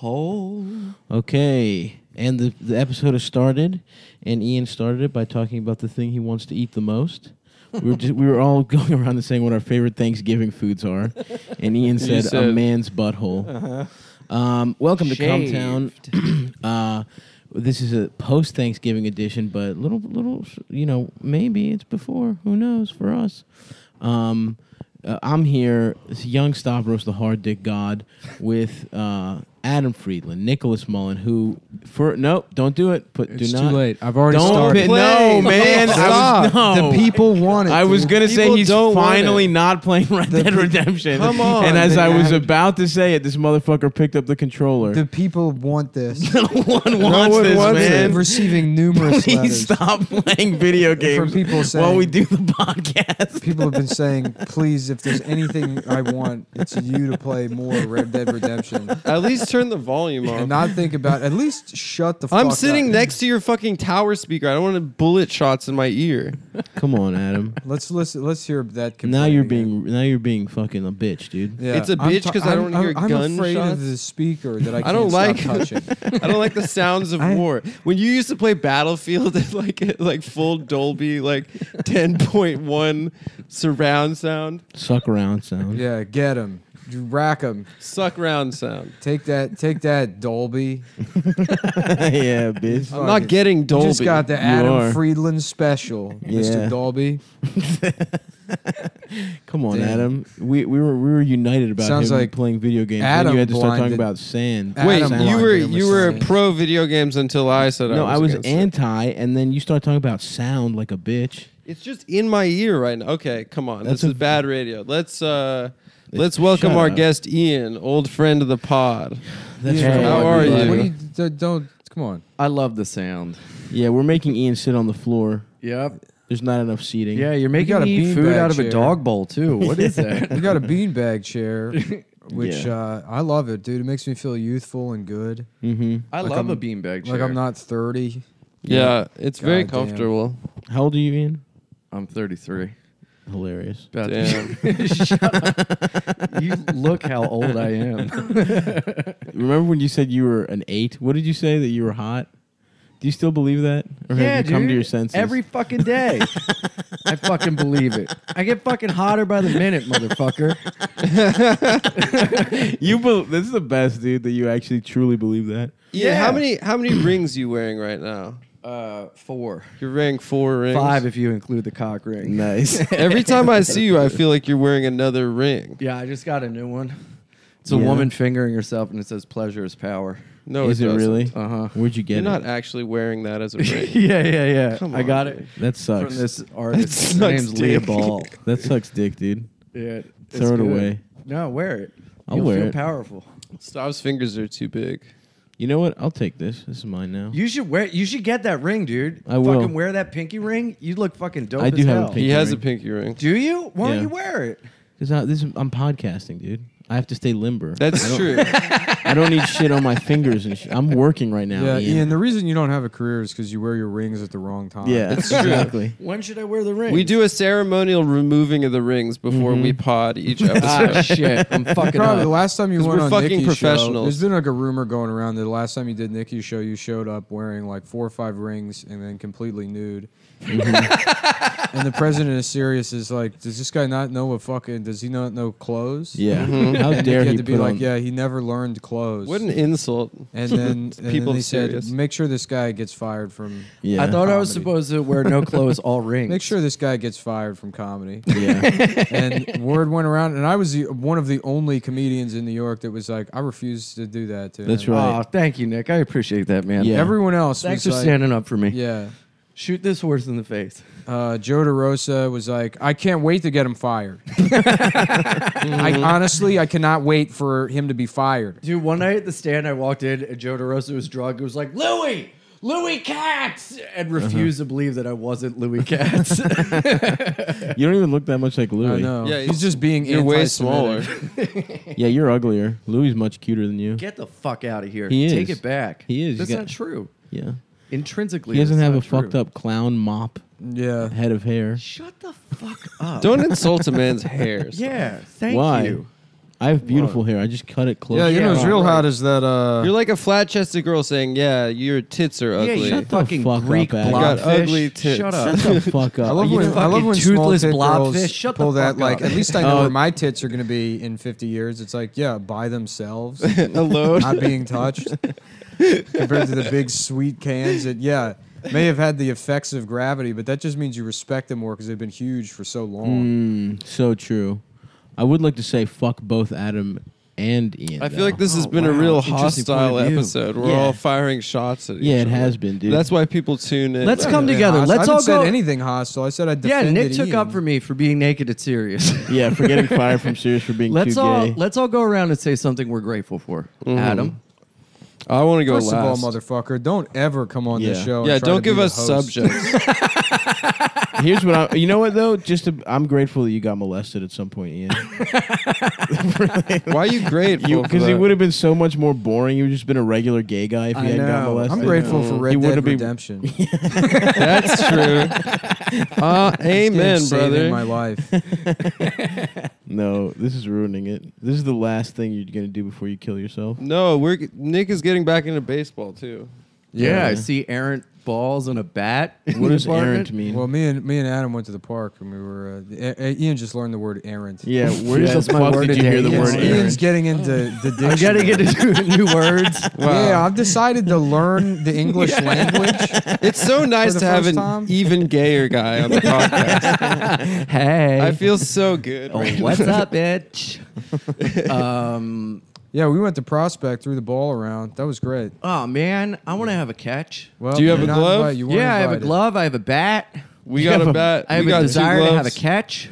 Hole. Okay, and the, the episode has started, and Ian started it by talking about the thing he wants to eat the most. We were just, we were all going around and saying what our favorite Thanksgiving foods are, and Ian said, a said- man's butthole. Um, welcome Shaved. to Comtown. uh, this is a post Thanksgiving edition, but little little you know maybe it's before. Who knows for us? Um, uh, I'm here, it's young Stavros, the hard dick god, with uh, Adam Friedland, Nicholas Mullen, who for no, don't do it. Put It's do too not. late. I've already Don't started. put- Oh, no, man. I was, Stop. no. The people want it. I was dude. gonna say People he's don't want finally it. not playing Red The Dead pe- Redemption. Come on, And as then I was Adam. about to say it, this motherfucker picked up the controller. The people want this. no one No wants one this, wants it. man. I'm Receiving numerous Please letters. stop playing video games people while saying- we do the podcast. People have been saying, "Please, if there's anything I want, it's you to play more Red Dead Redemption At least turn the volume and off. not think about. At least shut the fuck I'm up. sitting next to your fucking tower speaker. I don't want bullet shots in my ear. Come on, Adam. Let's listen. Let's hear that. now complaint you're again. being now you're being fucking a bitch, dude. Yeah, It's a I'm bitch ta- 'cause I I'm- don't hear I'm, gun I'm afraid shots. of the speaker that I, can't don't stop like- touching. I don't like the sounds of I- war. When you used to play Battlefield at like at like full Dolby, like 10.1 surround sound, Suck around sound. yeah, get him, rack him, suck round sound. take that, take that, Dolby. yeah, bitch. I'm Fuck not it. getting Dolby. You just got the You Adam are. Friedland special, Yeah. Mr. Dolby. Come on, Damn. Adam. We, we were we were united about Sounds him like playing video games. then Adam you had to start talking blinded- about sand. Adam Wait, Sound you blind were game or you were something. pro video games until I said no, I I was against it. anti, and then you start talking about sound like a bitch. It's just in my ear right now. Okay, come on. That's this a- is bad radio. Let's uh let's Shut welcome our up. guest Ian, old friend of the pod. That's Yeah. right. How are What you? do you d- don't come on. I love the sound. Yeah, we're making Ian sit on the floor. Yep. There's not enough seating. Yeah, you're making got a me eat food beanbag out of chair. a dog bowl too. What is We that? got a beanbag chair, which Yeah. uh, I love it, dude. It makes me feel youthful and good. Mm-hmm. I Like love a I'm- beanbag chair. Like I'm not 30. Yeah, it's very God damn. comfortable. How old are you, Ian? I'm 33. Hilarious. About to- Damn. Shut up. You look how old I am. Remember when you said you were an eight? What did you say that you were hot? Do you still believe that, or have you come to your senses? Every fucking day. I fucking believe it. I get fucking hotter by the minute, motherfucker. you, be- this is the best, dude. That you actually truly believe that. Ian, how Yeah. many how many rings you wearing right now? Uh, four, You're wearing four rings. five if you include the cock ring. Nice. Every time I see you, I feel like you're wearing another ring. Yeah, I just got a new one. It's a Yeah. woman fingering herself, and it says "pleasure is power." No, is it doesn't. really? Uh huh. Where'd you get You're it? not actually wearing that as a yeah, ring. yeah, yeah. Come I got on, dude. it that sucks. from this artist. Her sucks, name's Leah dude. Ball. That sucks, dick, dude. Yeah, it's Throw it good. away. No, wear it. I'll You'll wear feel it. powerful. Stav's fingers are too big. You know what? I'll take this. This is mine now. You should wear. You should get that ring, dude. I fucking will. wear that pinky ring. You look fucking dope. I as do have a hell. Pinky he has ring. a pinky ring. Do you? Why Yeah. don't you wear it? Cause I, this is, I'm podcasting, dude. I have to stay limber. I That's don't- true. I don't need shit on my fingers and shit. I'm working right now. Yeah, Ian. Ian, the reason you don't have a career is because you wear your rings at the wrong time. Yeah, exactly. When should I wear the ring? we do a ceremonial removing of the rings before we pod each episode. Ah, shit. I'm fucking Probably the up. last time you 'Cause went we're on fucking Nikki's show, professionals. there's been like a rumor going around that the last time you did Nikki's show, you showed up wearing like four or five rings and then completely nude. Mm-hmm. and the president of Sirius is like, does this guy not know what fucking? Does he not know clothes? Yeah. How You dare he had to put be like, on? yeah, he never learned clothes. What an insult. and then and then People they serious. said, make sure this guy gets fired from. yeah. I thought I was Comedy. supposed to wear no clothes, all rings. Make sure this guy gets fired from comedy. Yeah. and word went around, and I was the, one of the only comedians in New York that was like, I refuse to do that. To That's him." right. Oh, thank you, Nick. I appreciate that, man. Yeah. Everyone else Thanks for was like, standing up for me. yeah. Shoot this horse in the face. Uh, Joe DeRosa was like, I can't wait to get him fired. I honestly, I cannot wait for him to be fired. Dude, one night at the stand, I walked in and Joe DeRosa was drunk. It was like, Louis, Louis Katz, and Uh-huh. refused to believe that I wasn't Louis Katz. You don't even look that much like Louis. I know. Yeah, he's just being You're way smaller. anti-Semitic. Yeah, you're uglier. Louis is much cuter than you. Get the fuck out of here. He Take is. it back. He is. You That's got- not true. Yeah. Intrinsically, He doesn't that's have a not true. fucked up clown mop Yeah. head of hair. Shut the fuck up. Don't insult a man's hair. Yeah. Thank Why? you. I have beautiful hair. I just cut it close. Yeah, you know what's Yeah, real right. hot is that uh, You're like a flat chested girl saying, Yeah, your tits are Yeah, ugly. you the fucking fuck up, Greek Adam. You got blobfish. ugly tits. Shut up. Shut the fuck up. I love You when know- I love fucking when toothless small blobfish. tit Shut girls the pull that fuck like up. at least I know Oh. where my tits are going to be in 50 years. It's like yeah, by themselves, Alone. not being touched, compared to the big sweet cans that yeah may have had the effects of gravity, but that just means you respect them more because they've been huge for so long. Mm, so true. I would like to say fuck both Adam and Ian. I feel though. like this has been a wow. real Interesting hostile point of view. episode. We're Yeah. all firing shots at each Yeah, it other. has been, dude. That's why people tune in. Let's Yeah. come together. Hostile- Let's I all haven't go. said anything hostile. I said I yeah, defended Nick took up Ian. for me for being naked at serious. yeah, for getting fired from Sirius for being let's too all gay. let's all go around and say something we're grateful for. Mm-hmm. Adam, I want to go First last. of all, motherfucker, don't ever come on this Yeah. show. and yeah, try don't to be give the us host. subjects. Here's what I. You know what though? Just to, I'm grateful that you got molested at some point, Ian. why are you grateful? Because he would have been so much more boring. You would have just been a regular gay guy if you I hadn't got know. molested. I'm grateful for Red You Dead would've been- Redemption. That's true. Uh, amen, Game's brother. saving My life. No, this is ruining it. This is the last thing you're gonna do before you kill yourself. No, we're g- Nick is getting back into baseball too. yeah, I Yeah. see errant balls and a bat. What does errant errant mean? Well, me and me and Adam went to the park, and we were. Uh, I- I- Ian just learned the word errant. yeah, where Yeah, the that's my fuck word did you today. hear the Yes. word Ian's, Ian's errant? getting into the dictionary. I'm getting into new words. Yeah, I've decided to learn the English language. It's so nice the to have first an time? even gayer guy on the podcast. Hey, I feel so good. Oh, right now. what's up, bitch? um, Yeah, we went to Prospect, threw the ball around. That was great. oh man, I want to have a catch. Well, Do you have you're a not glove? invited. You weren't yeah, I have a invited. glove. I have a bat. We You got have a a- bat. I have we a got two desire to have a gloves. catch.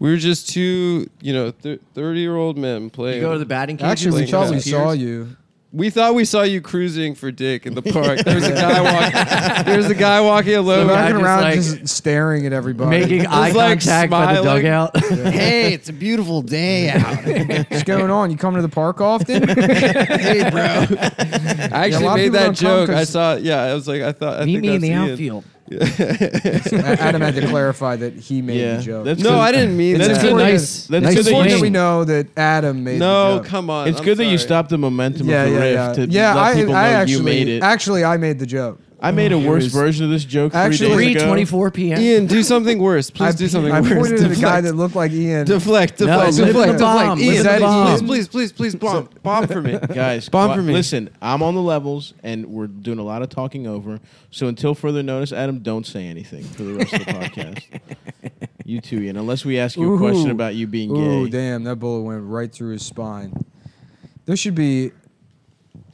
We were just two, you know, thirty-year-old men playing. You go to the batting cage. Actually, we Playing thought we catch. saw you. We thought we saw you cruising for dick in the park. There's a guy walking. There's a guy walking alone. Some guy Walking just, around, like, just staring at everybody. making eye like, contact by the smiling. dugout. hey, it's a beautiful day out. What's going on? You come to the park often? hey, bro. I actually lot of made people that don't come joke. I 'cause- saw. Yeah, I was like, I thought. I Meet think me in that's the Ian. outfield. Adam had to clarify that he made Yeah, the joke. that's- No, I didn't mean It's that. a good nice- that's it's good that important you- that we know that Adam made the No, joke. come on. It's I'm good that you sorry. stopped the momentum Yeah, of the yeah, riff yeah. to yeah, let I, people I know actually, you made it. Actually, I made the joke. I made a worse version of this joke three Actually- days Three ago. twenty-four p.m. Ian, do something worse. Please I, do something I worse. pointed at a guy Deflect. that looked like Ian. Deflect, deflect, live deflect, the deflect. bomb, live Ian, the bomb. please, please, please, please, bomb, bomb for me, Guys, bomb qui- for me. Listen, I'm on the levels, and we're doing a lot of talking over. So until further notice, Adam, don't say anything for the rest of the podcast. You too, Ian. Unless we ask you a question Ooh. about you being Ooh, gay. damn! That bullet went right through his spine. There should be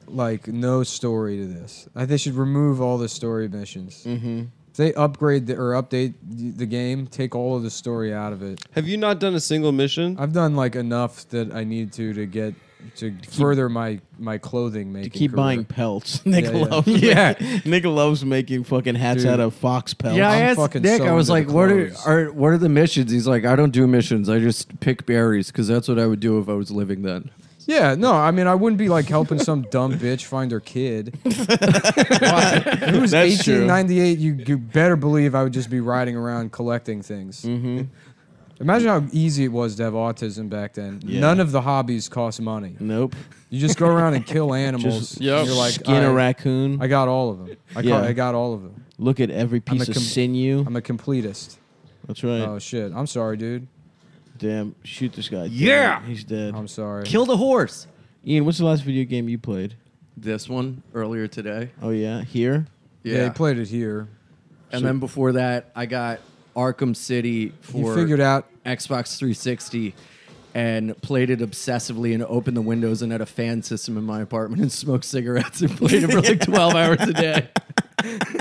like no story to this. I, they should remove all the story missions. Mm-hmm. If they upgrade the, or update the the game, take all of the story out of it. Have you not done a single mission? I've done like enough that I need to to get to further my my clothing To making. keep career. buying pelts. Nick yeah. loves Yeah. Nick loves making fucking hats Dude. out of fox pelts. Yeah, I I'm asked fucking Nick. so I was into like, the "What are, clothes." are what are the missions?" He's like, "I don't do missions. I just pick berries because that's what I would do if I was living then." Yeah, no, I mean I wouldn't be like helping some dumb bitch find her kid. It was That's true. 1898. You, you better believe I would just be riding around collecting things. Mm-hmm. Imagine how easy it was to have autism back then. Yeah. None of the hobbies cost money. Nope. You just go around and kill animals. Just Yep. and you're like, skin "All a right, raccoon. I got all of them. I, Yeah. caught, I got all of them. look at every I'm a piece of com- sinew. I'm a completist. That's right. Oh shit! I'm sorry, dude. Damn. Shoot this guy. Yeah. Damn, He's dead. I'm sorry. Kill the horse. Ian, what's the last video game you played? This one earlier today. Oh yeah, here. yeah, he played it here. and then before that, I got Arkham City You for figured out Xbox 360 and played it obsessively and opened the windows and had a fan system in my apartment and smoked cigarettes and played it for like 12 hours a day.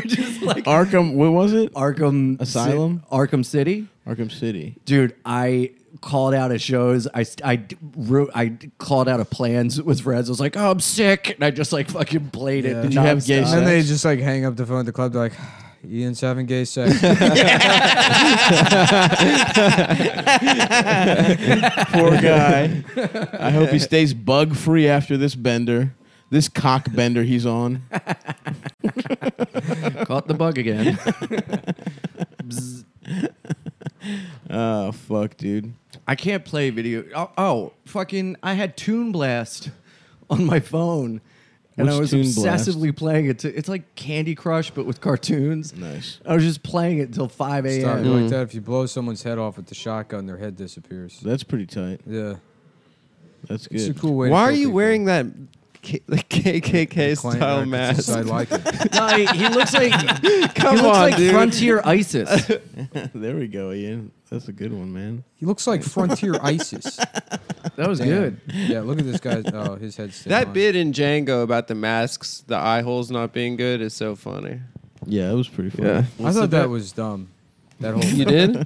Just like Arkham. What was it? Arkham Ci- Asylum? Arkham City. Arkham City. Dude, I called out at shows. I, st- I, d- wrote, I called out of plans with friends. I was like, oh, I'm sick. And I just like fucking played it. Did you have gay nonstop. sex? And then they just like hang up the phone at the club. They're like, Ian's having gay sex. yeah, Poor guy. I hope he stays bug free after this bender, this cock bender he's on. Caught the bug again. Oh Ah, fuck, dude. I can't play video. Oh, oh, fucking! I had Tune Blast on my phone, and What's I was Toon Blast? obsessively playing it. To, it's like Candy Crush, but with cartoons. Nice. I was just playing it until five Stop a.m. it Mm. like that. If you blow someone's head off with the shotgun, their head disappears. That's pretty tight. Yeah, That's it's a good. cool way. to Why are kill you people. wearing that K- like KKK Clan style records, mask? I like it. no, he, he looks like Come he looks on, like dude. Frontier ISIS. there we go, Ian. That's a good one, man. He looks like Frontier ISIS. That was Damn. good. Yeah, look at this guy. Oh, his head's still That on. bit in Django about the masks, the eye holes not being good, is so funny. Yeah, it was pretty funny. Yeah. I thought that was dumb. That whole. You did?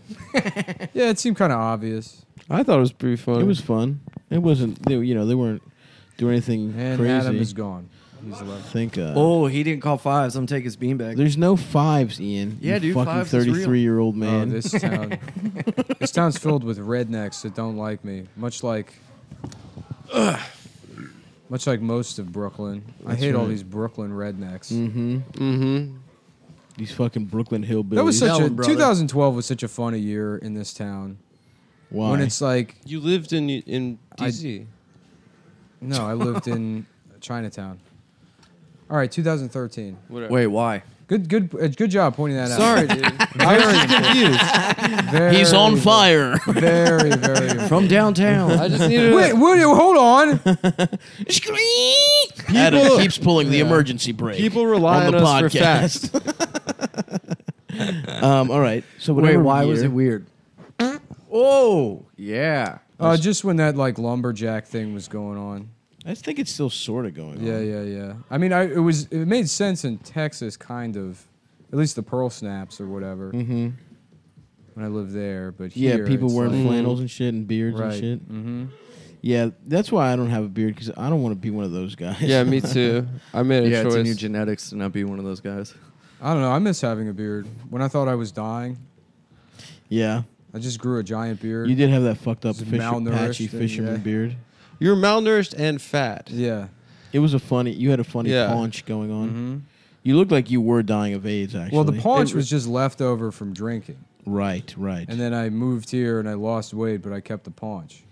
yeah, it seemed kind of obvious. I thought it was pretty funny. It was fun. It wasn't. They, you know, they weren't doing anything And crazy. Adam is gone. He's left. Thank God. Oh, he didn't call fives. I'm taking his beanbag. There's no fives, Ian. Yeah, you dude, Fucking fives is real. thirty-three-year-old Man, man. Oh, this town. this town's filled with rednecks that don't like me. Much like. Much like most of Brooklyn, I That's hate all right. these Brooklyn rednecks. mm-hmm. Mm-hmm. These fucking Brooklyn hillbillies. That was such Tell a him, brother. 2012 was such a funny year in this town. Why? When it's like You lived in in I- DC. no, I lived in Chinatown. All right, 2013. Whatever. Wait, why? Good, good, uh, good job pointing that Sorry, out. dude. Sorry, confused. Very, fire. Very, very. From downtown. I just needed. Wait, Woody, hold on. Adam keeps pulling the emergency brake. people rely on, the us for facts. podcast. um, all right. So Wait, whatever why was year- it weird? Oh, yeah. Uh, just when that like lumberjack thing was going on. I think it's still sort of going. Yeah, on. yeah, yeah. I mean, I it was it made sense in Texas, kind of, at least the pearl snaps or whatever. Mm-hmm. When I lived there, but Yeah, here, people it's wearing like- flannels and shit and beards right. and shit. Mm-hmm. Yeah, that's why I don't have a beard because I don't want to be one of those guys. Yeah, me too. I made a Yeah, it's in your choice. genetics to not be one of those guys. I don't know. I miss having a beard. When I thought I was dying, yeah. I just grew a giant beard. You did have that fucked up Just fisher, malnourished patchy and- fisherman yeah. beard. You're malnourished and fat. Yeah. It was a funny. You had a funny Yeah. paunch going on. Mm-hmm. You looked like you were dying of AIDS. Actually, Well, the paunch It- was just left over from drinking, right, right. and then I moved here and I lost weight, but I kept the paunch.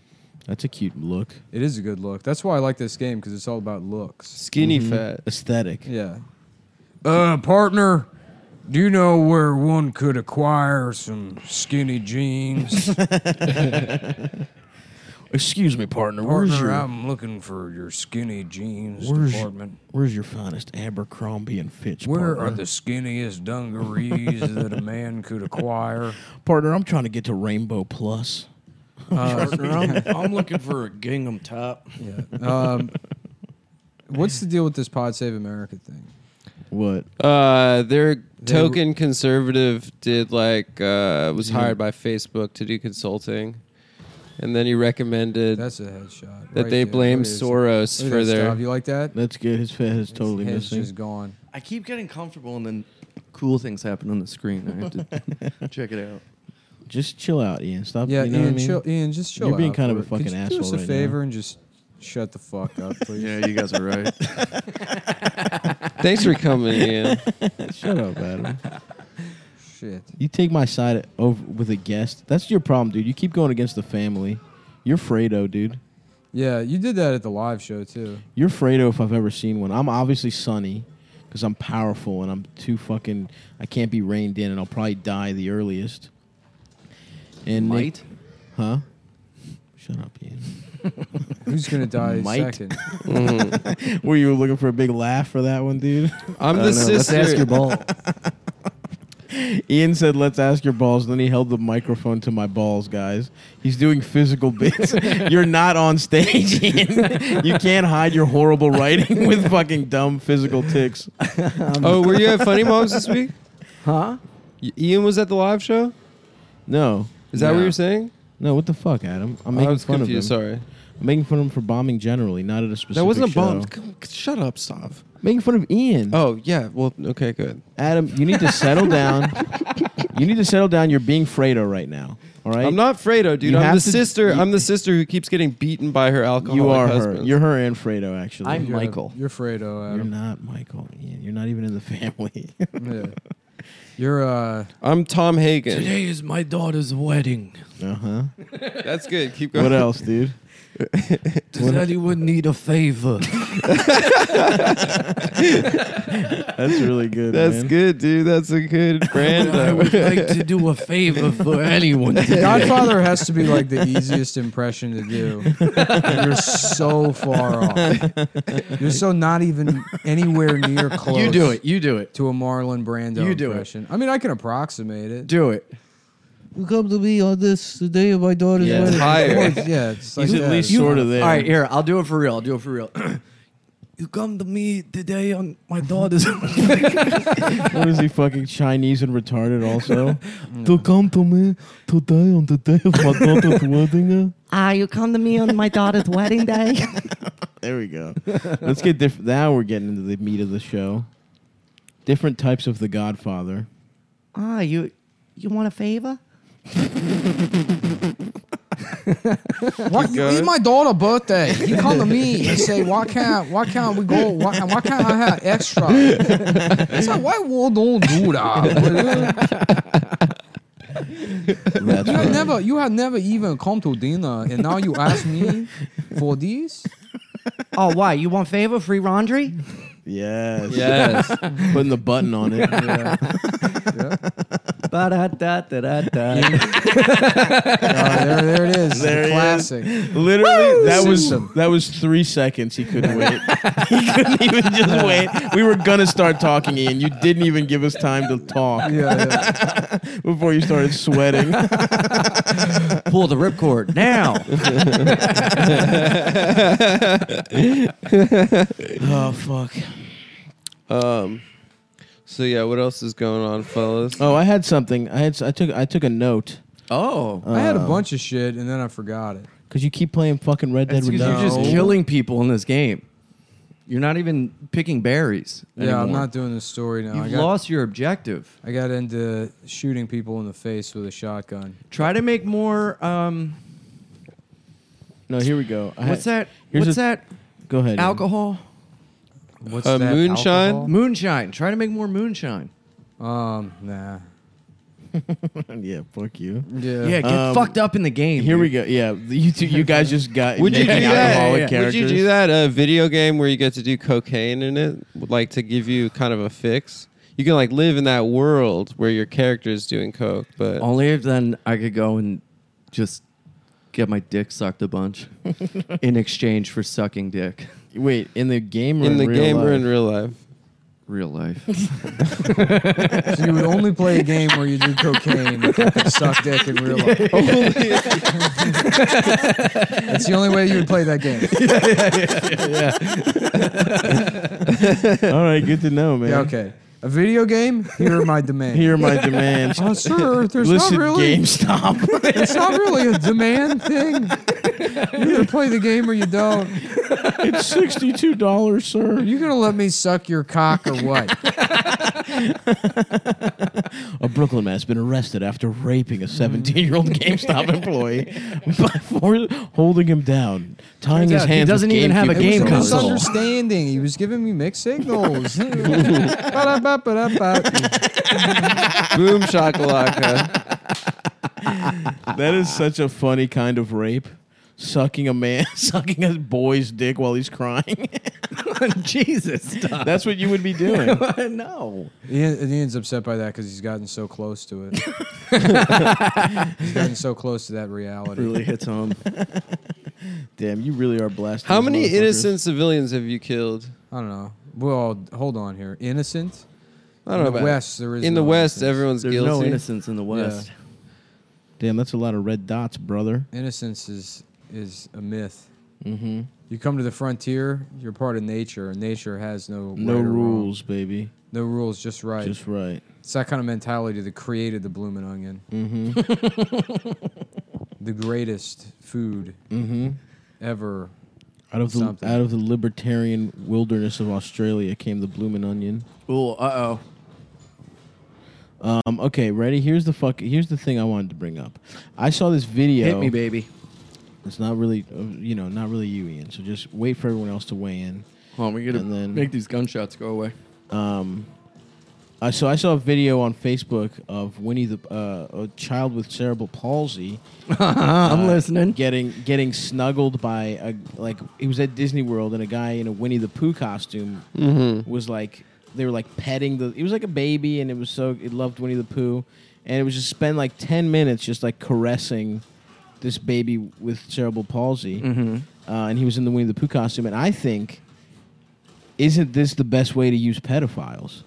That's a cute look, It is a good look. That's why I like this game because it's all about looks. Skinny Mm-hmm. Mhm. fat. aesthetic. Yeah. Uh, partner, do you know where one could acquire some skinny jeans? Excuse me, partner. where's partner, your I'm looking for your skinny jeans Where's- department. Where's your finest Abercrombie and Fitch? Where partner? are the skinniest dungarees that a man could acquire? partner? I'm trying to get to Rainbow Plus. Partner, I'm, I'm looking for a gingham top. Uh, Yeah. Um, what's the deal with this Pod Save America thing? What? Uh, their token conservative did like uh, was hired by Facebook to do consulting, and then he recommended That's a headshot. that right they there. blame Look at his- Soros look at for that their. stuff. You like that? That's good. His fat is totally His missing. just gone. I keep getting comfortable and then cool things happen on the screen. I have to check it out. Just chill out, Ian. Stop. Yeah, you know Ian, what I mean? chill. Ian, just chill. You're being out kind of for a it. fucking Could you Do us asshole a right favor now? and just shut the fuck up, please. Yeah, you guys are right. Thanks for coming in. Shut up, Adam. Shit. You take my side over with a guest. That's your problem, dude. You keep going against the family. You're Fredo, dude. Yeah, you did that at the live show too. You're Fredo if I've ever seen one. I'm obviously Sonny because I'm powerful and I'm too fucking. I can't be reined in, and I'll probably die the earliest. And Nick- Might? huh? Shut up, Ian. Who's gonna die Might. second? Were you looking for a big laugh for that one, dude? I'm the don't know. Let's sister. ask your ball. Ian said, "Let's ask your balls." And then he held the microphone to my balls, guys. He's doing physical bits. You're not on stage. Ian. you can't hide your horrible writing with fucking dumb physical ticks. oh, were you at Funny Moms this week? Huh? Y- Ian was at the live show. No, Is that what No. you're saying? no, what the fuck, Adam? I'm I making was fun confused. of him. Sorry, I'm making fun of him for bombing generally, not at a specific. that wasn't a bomb. show. Come- Shut up, stop. Making fun of Ian. Oh yeah. Well, okay, good. Adam, you need to settle down. you need to settle down. You're being Fredo right now. All right. I'm not Fredo, dude. You I'm have the to- sister. you- I'm the sister who keeps getting beaten by her alcoholic You are husband. her. You're her and Fredo, actually. I'm You're- Michael. You're Fredo, You're Adam. not Michael, Ian. You're not even in the family. Yeah. You're uh, I'm Tom Hagen. Today is my daughter's wedding. Uh huh. That's good. Keep going. What else, dude? Does anyone need a favor? That's really good. That's man. good, dude. That's a good brand. I would like to do a favor for anyone. today. Godfather has to be like the easiest impression to do. You're so far off. You're so not even anywhere near close. You do it. You do it. to a Marlon Brando You do it. impression. I mean, I can approximate it. Do it. You come to me on this the day of my daughter's Yeah, it's wedding. Of higher. course, yeah, it's like He's at that. least You- sort of there. All right, here. I'll do it for real. I'll do it for real. you come to me today on my daughter's. What is he fucking Chinese and retarded? Also, to come to me today on the day of my daughter's wedding. uh, Ah, you come to me on my daughter's wedding day. There we go. Let's get different. Now we're getting into the meat of the show. Different types of The Godfather. Ah, you you want a favor? Why, you going. it's my daughter's birthday. You come to me and say, why can't, why can't we go? Why, why can't I have extra? It's like, why we don't do that? That's You right. have never, you have never even come to dinner, and now you ask me for this. Oh, why? You want favor? Free laundry? Yes. yes. Putting the button on it. Ba-da-da-da-da-da. Uh, there, there it is. There he the is. classic. Literally, that was System. that was three seconds. He couldn't wait. he couldn't even just wait. We were gonna start talking, Ian. You didn't even give us time to talk Yeah, yeah. before you started sweating. Pull the ripcord now. oh fuck. Um. So yeah, what else is going on, fellas? Oh, I had something. I had. s- I took. I took a note Oh. I had a Um, bunch of shit, and then I forgot it. because you keep playing fucking Red Dead That's 'cause Redemption. you're just No. killing people in this game. You're not even picking berries. Yeah, I'm anymore. not doing the story now. I You've got, lost your objective. I got into shooting people in the face with a shotgun. Try to make more. Um, No, here we go. I what's had- that? here's What's a- that? Go ahead. Ian. Alcohol? What's Uh, that? moonshine? alcohol? Moonshine. Try to make more moonshine. Um, nah. yeah, fuck you. Yeah, get Um, fucked up in the game. Here we dude. go. Yeah, you two, you guys just got Would you making do that? alcoholic Yeah, yeah, yeah. Would characters. you do that a video game where you get to do cocaine in it, like to give you kind of a fix? You can like live in that world where your character is doing coke, but Only if then I could go and just get my dick sucked a bunch in exchange for sucking dick. Wait, in the game or in in the real game or life? in real life. Real life. So you would only play a game where you do cocaine, and suck dick in real life. That's the only way you would play that game. All right, good to know, man. Yeah, okay. A video game? Here are my demands. Here are my demands. Uh, Oh, sir, there's Listen, not really. GameStop. It's not really a demand thing. You either play the game or you don't. it's sixty-two dollars, Are sir. you gonna let me suck your cock or what? A Brooklyn man's been arrested after raping a seventeen-year-old GameStop employee by for holding him down, tying Turns his out he hands. with doesn't even have a GameCube it game was controllers. a console. misunderstanding. He was giving me mixed signals. Ba-da-ba-ba-da-ba. Boom shakalaka. That is such a funny kind of rape. Sucking a man, sucking a boy's dick while he's crying. Jesus, stop. That's what you would be doing. no. Ian, Ian's upset by that because he's gotten so close to it. he's gotten so close to that reality. Really hits home. Damn, you really are blessed. How these many motherfuckers. innocent civilians have you killed? I don't know. Well, hold on here. Innocent. I don't know in the about West, there is in the no West. innocence. Everyone's There's guilty. no innocence in the West. Damn, that's a lot of red dots, brother. Innocence is is a myth. Mm-hmm. You come to the frontier, you're part of nature, and nature has no No right or wrong. rules, baby. no rules, just right. Just right. it's that kind of mentality that created the bloomin' onion, Mm-hmm. the greatest food mm-hmm. ever. Out of the Something. out of the libertarian wilderness of Australia came the bloomin' onion. Ooh, uh oh. Um, okay, ready? Here's the fuck. Here's the thing I wanted to bring up. I saw this video. Hit me, baby. It's not really, uh, you know, not really you, Ian. So just wait for everyone else to weigh in. Hold on, we gotta And then- make these gunshots go away. Um, Uh, so I saw a video on Facebook of Winnie the uh, a child with cerebral palsy Uh, I'm listening. uh, getting getting snuggled by a like he was at Disney World and a guy in a Winnie the Pooh costume was like they were like petting the it was like a baby and it was so it loved Winnie the Pooh and it was just spend like 10 minutes just like caressing this baby with cerebral palsy uh, and he was in the Winnie the Pooh costume and I think isn't this the best way to use pedophiles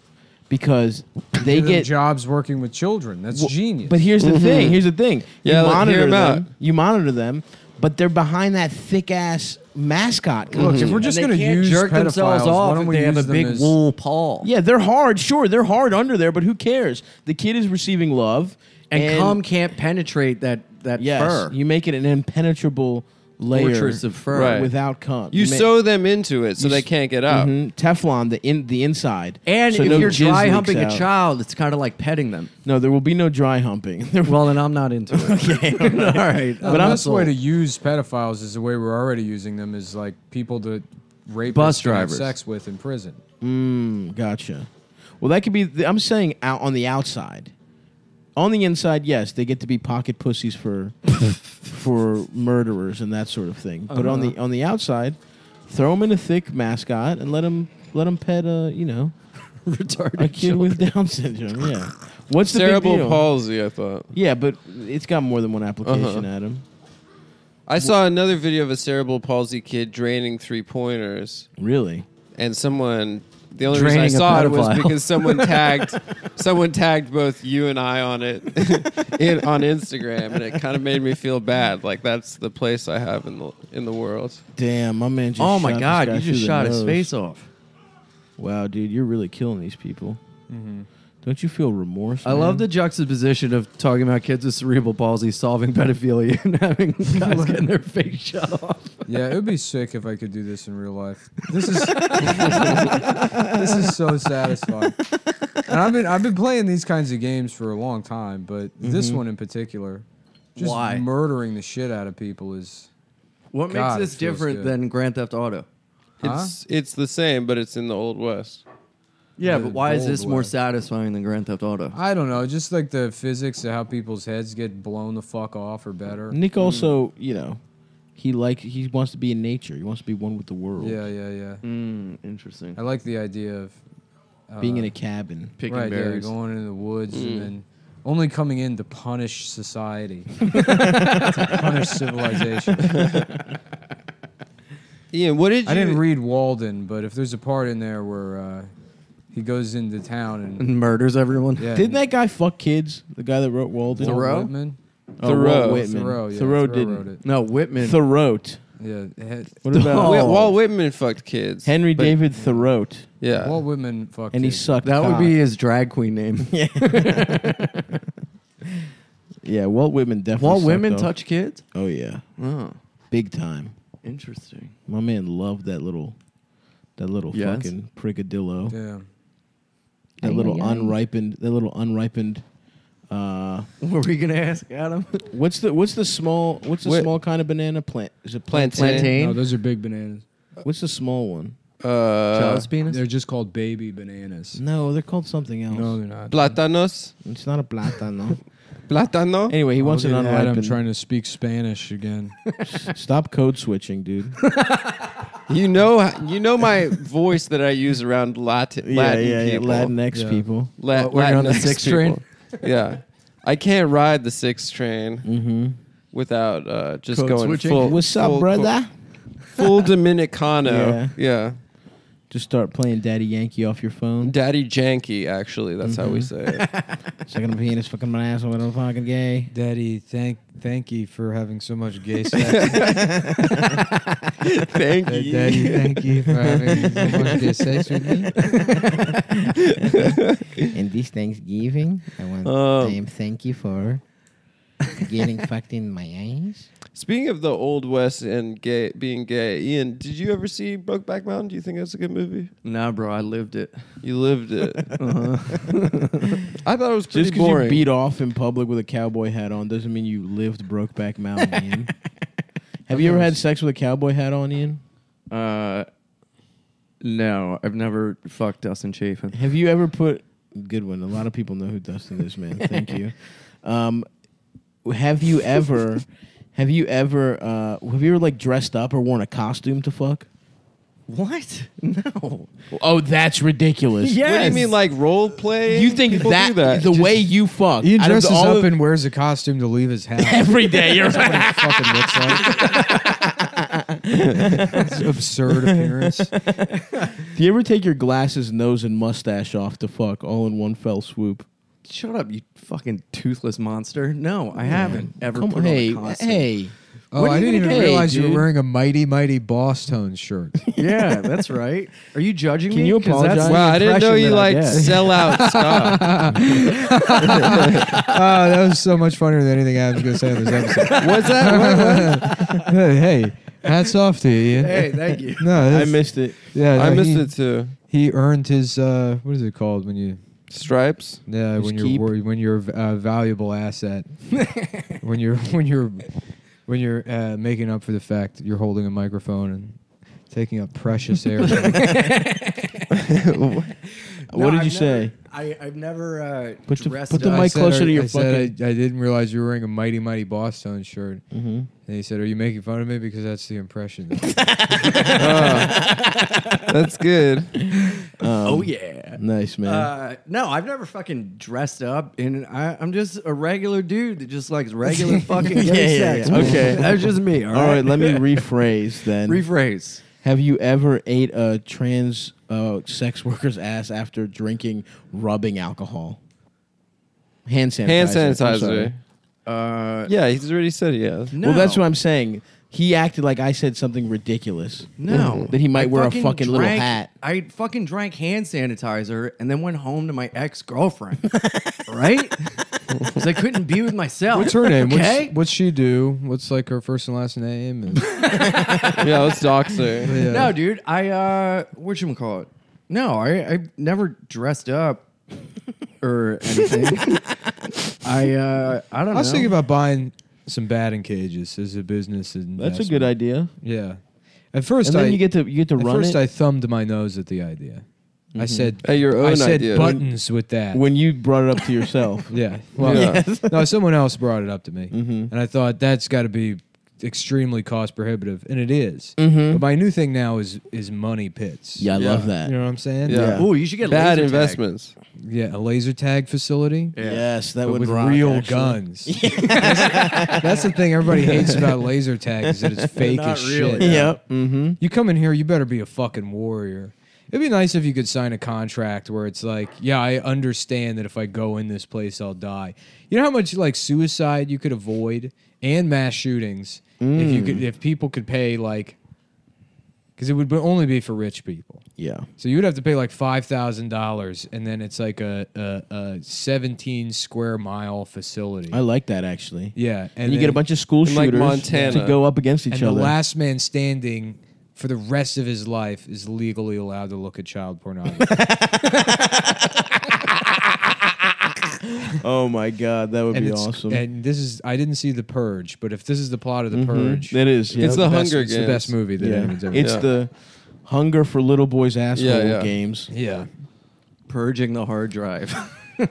because they Give them get jobs working with children. That's well, genius. But here's the thing. Here's the thing. Yeah, you let- monitor hear 'em out. them. You monitor them, but they're behind that thick ass mascot. Look, if costume. we're just And going to they can't use jerk themselves pedophiles, why off don't if we they have a use them big as- wool paw. yeah, they're hard. Sure, they're hard under there, but who cares? The kid is receiving love, And, cum can't penetrate that that yes, fur. you make it an impenetrable layer Fortress of fur. Right. without cum. You ma- sew them into it so they can't get out. Mhm, Teflon the in the inside, And so if no you're jizz dry leaks humping out. a child, it's kind of like petting them. no, there will be no dry humping. There will- Well, then I'm not into it. okay, all right. No, but the I'm best sold. way to use pedophiles is the way we're already using them is like people that rape Bus and have drivers. sex with in prison. Gotcha. Well, that could be. The, I'm saying out on the outside. On the inside, yes, they get to be pocket pussies for for murderers and that sort of thing. But on Uh-huh. the on the outside, throw them in a thick mascot and let them let them pet a you know retarded. a kid with Down syndrome. Yeah. What's the big Cerebral deal? palsy, I thought. Yeah, but it's got more than one application, Uh-huh. Adam. I saw another video of a cerebral palsy kid draining three pointers, Really? and someone. The only Draining reason a I saw it was pedophile. because someone tagged, someone tagged both you and I on it, in, on Instagram, and it kind of made me feel bad. Like that's the place I have in the in the world. Damn, my man just Oh my shot this god, guy you just through the shot his nose. face off. Wow, dude, you're really killing these people. Don't you feel remorse? Mm-hmm. I love man? the juxtaposition of talking about kids with cerebral palsy solving pedophilia and having guys getting their face shut off. Yeah, it would be sick if I could do this in real life. This is this is so satisfying. And I've been I've been playing these kinds of games for a long time, but this one in particular, just Mm-hmm. Why? murdering the shit out of people is What God, makes this it feels different good. than Grand Theft Auto? It's it's the same, but it's in the old west. Yeah, The but why is bold this more way. satisfying than Grand Theft Auto? I don't know, just like the physics of how people's heads get blown the fuck off or better. Nick also, you know, he like he wants to be in nature. He wants to be one with the world. Yeah, yeah, yeah. Mm, interesting. I like the idea of Being in a cabin. Picking right, berries. Yeah, going into the woods Mm. and then only coming in to punish society, to punish civilization. Ian, what did you? I didn't read Walden, but if there's a part in there where uh, he goes into town and and murders everyone. yeah, Didn't that guy fuck kids? The guy that wrote Walden. Walt Thoreau? Whitman? Oh, Thoreau. Walt Whitman. Thoreau, yeah, Thoreau wrote didn't. it. No, Whitman. Thoreau. Yeah, it had- What about Wait, Oh. Walt Whitman fucked kids. Henry but- David Thoreau? Yeah. Walt Whitman fucked. And he it. sucked. that would cock. be his drag queen name. Yeah, Walt Whitman definitely. Walt sucked Whitman off. touch kids? Oh yeah, Oh, big time. interesting. My man loved that little, that little Yes. fucking prickadillo. Yeah. That little unripened. That little unripened. Uh, What were you gonna ask, Adam? what's the what's the small what's the What- small kind of banana plant? Is it Plantain. No, those are big bananas. What's the small one? Uh, Child's penis. They're just called baby bananas. No, they're called something else. No, they're not. platanos. It's not a plátano. Platano. anyway, he wants Look an at Adam unripened. trying to speak Spanish again. Stop code switching, dude. You know, you know my voice that I use around Latin, Latin people. Latinx Yeah. people. La- What, when you're on the Latinx six people. yeah, I can't ride the six train without uh, just Code going switching? full. Mm-hmm. What's up, full- brother? Full, full Dominicano. Yeah. Just start playing Daddy Yankee off your phone. Daddy Janky. Actually, that's how we say it. Second penis, fucking my ass, I'm a fucking gay. Daddy, thank thank you for having so much gay sex. Thank you. thank you for having so much gay sex with me. And this Thanksgiving, I want Um, am thank you for getting fucked in my eyes. Speaking of the old west and gay being gay, Ian, did you ever see Brokeback Mountain? Do you think that's a good movie? Nah, bro, I lived it. You lived it. I thought it was pretty Just because boring. you beat off in public with a cowboy hat on doesn't mean you lived Brokeback Mountain, Ian. Have you ever had sex with a cowboy hat on, Ian? Uh, no, I've never fucked Dustin Chafin. Have you ever put good one. A lot of people know who Dustin is, man. Thank you. Um, have you ever, have you ever, uh, have you ever like dressed up or worn a costume to fuck? What? No. Oh, that's ridiculous. Yeah. What do you Yes. mean, like role play? You think People that, do that the Just- way you fuck? He out of dresses all up of- and wears a costume to leave his house. That's every day. You're what it fucking looks like. It's absurd appearance. Do you ever take your glasses, nose, and mustache off to fuck all in one fell swoop? Shut up, you fucking toothless monster. No, I haven't ever Come put hey, on a costume. hey. Oh, What are I you didn't even gonna do, realize you dude? were wearing a mighty, mighty boss tone shirt. Yeah, that's right. Are you judging Can me? you 'Cause that's apologize? the Wow, I didn't know impression you that I like get. sell out stuff. Ah, that was so much funnier than anything I was going to say on this episode. What's that? What- hey, hey, hats off to you. Ian. Hey, thank you. No, I that's- missed it. Yeah, I no, missed he, it too. He earned his uh, what is it called when you Stripes. yeah His when keep? you're wor- when you're a valuable asset when you're when you're when you're uh, making up for the fact that you're holding a microphone and taking up precious air. what did I've you say? never- I, I've never uh, Put the- dressed put the up. I mic- said- closer to I your said I, I didn't realize you were wearing a mighty mighty Boss Tone shirt. Mm-hmm. And he said, "Are you making fun of me? Because that's the impression." That's good. oh yeah. Nice man. Uh, no, I've never fucking dressed up, and I, I'm just a regular dude that just likes regular fucking gay Yeah, yeah, sex. yeah. Okay. that's just me. all right, let me rephrase then. rephrase. Have you ever ate a trans uh, sex worker's ass after drinking rubbing alcohol? Hand sanitizer. Hand I'm sanitizer. sorry. Uh, Yeah, he's already said he has. no. Well, that's what I'm saying. He acted like I said something ridiculous. No, That he might I wear a fucking little drank- hat. I fucking drank hand sanitizer and then went home to my ex girlfriend. right? Because I couldn't be with myself. What's her name? Okay. What's, what's she do? What's like her first and last name? And, Yeah, let's dox her. yeah. No, dude. I uh, what you call it? No, I I never dressed up or anything. I uh, I don't I was know. thinking about buying some batting cages as a business. That's a good idea. Yeah. At first, And then I you get to you get to at run first it Mm-hmm. I thumbed my nose at the idea. I said At your I own said Oh, idea. buttons with that. when you brought it up to yourself. yeah. Well, Yeah. no, someone else brought it up to me, Mm-hmm. and I thought that's got to be extremely cost prohibitive, and it is. But my new thing now is is money pits. Mm-hmm. Yeah, I Yeah. love You that. know what I'm saying? Yeah. Ooh, you should get Bad laser tag. investments. Yeah, a laser tag facility. Yes, that But would with rock, real actually. guns. that's, that's the thing everybody hates about laser tag is that it's fake not as real, shit. yeah. Yep. Mm-hmm. You come in here, you better be a fucking warrior. It'd be nice if you could sign a contract where it's like, yeah, I understand that if I go in this place, I'll die. You know how much like suicide you could avoid and mass shootings if you Hmm. could, if people could pay like, because it would only be for rich people. Yeah. So you would have to pay like five thousand dollars, and then it's like a, a, a seventeen square mile facility. I like that actually. yeah, and, And you get a then- bunch of school In, like, shooters Montana. to go up against each and other. the last man standing for the rest of his life is legally allowed to look at child pornography. oh my god, that would and be it's- awesome. And this is I didn't see the Purge, but if this is the plot of the Mm-hmm. Purge, it is. Mm-hmm. Yeah. It's the best- Hunger it's the Games. best movie that Yeah. anyone's ever. It's Yeah. the hunger for little boys' asshole Yeah, yeah. games. yeah. Purging the hard drive.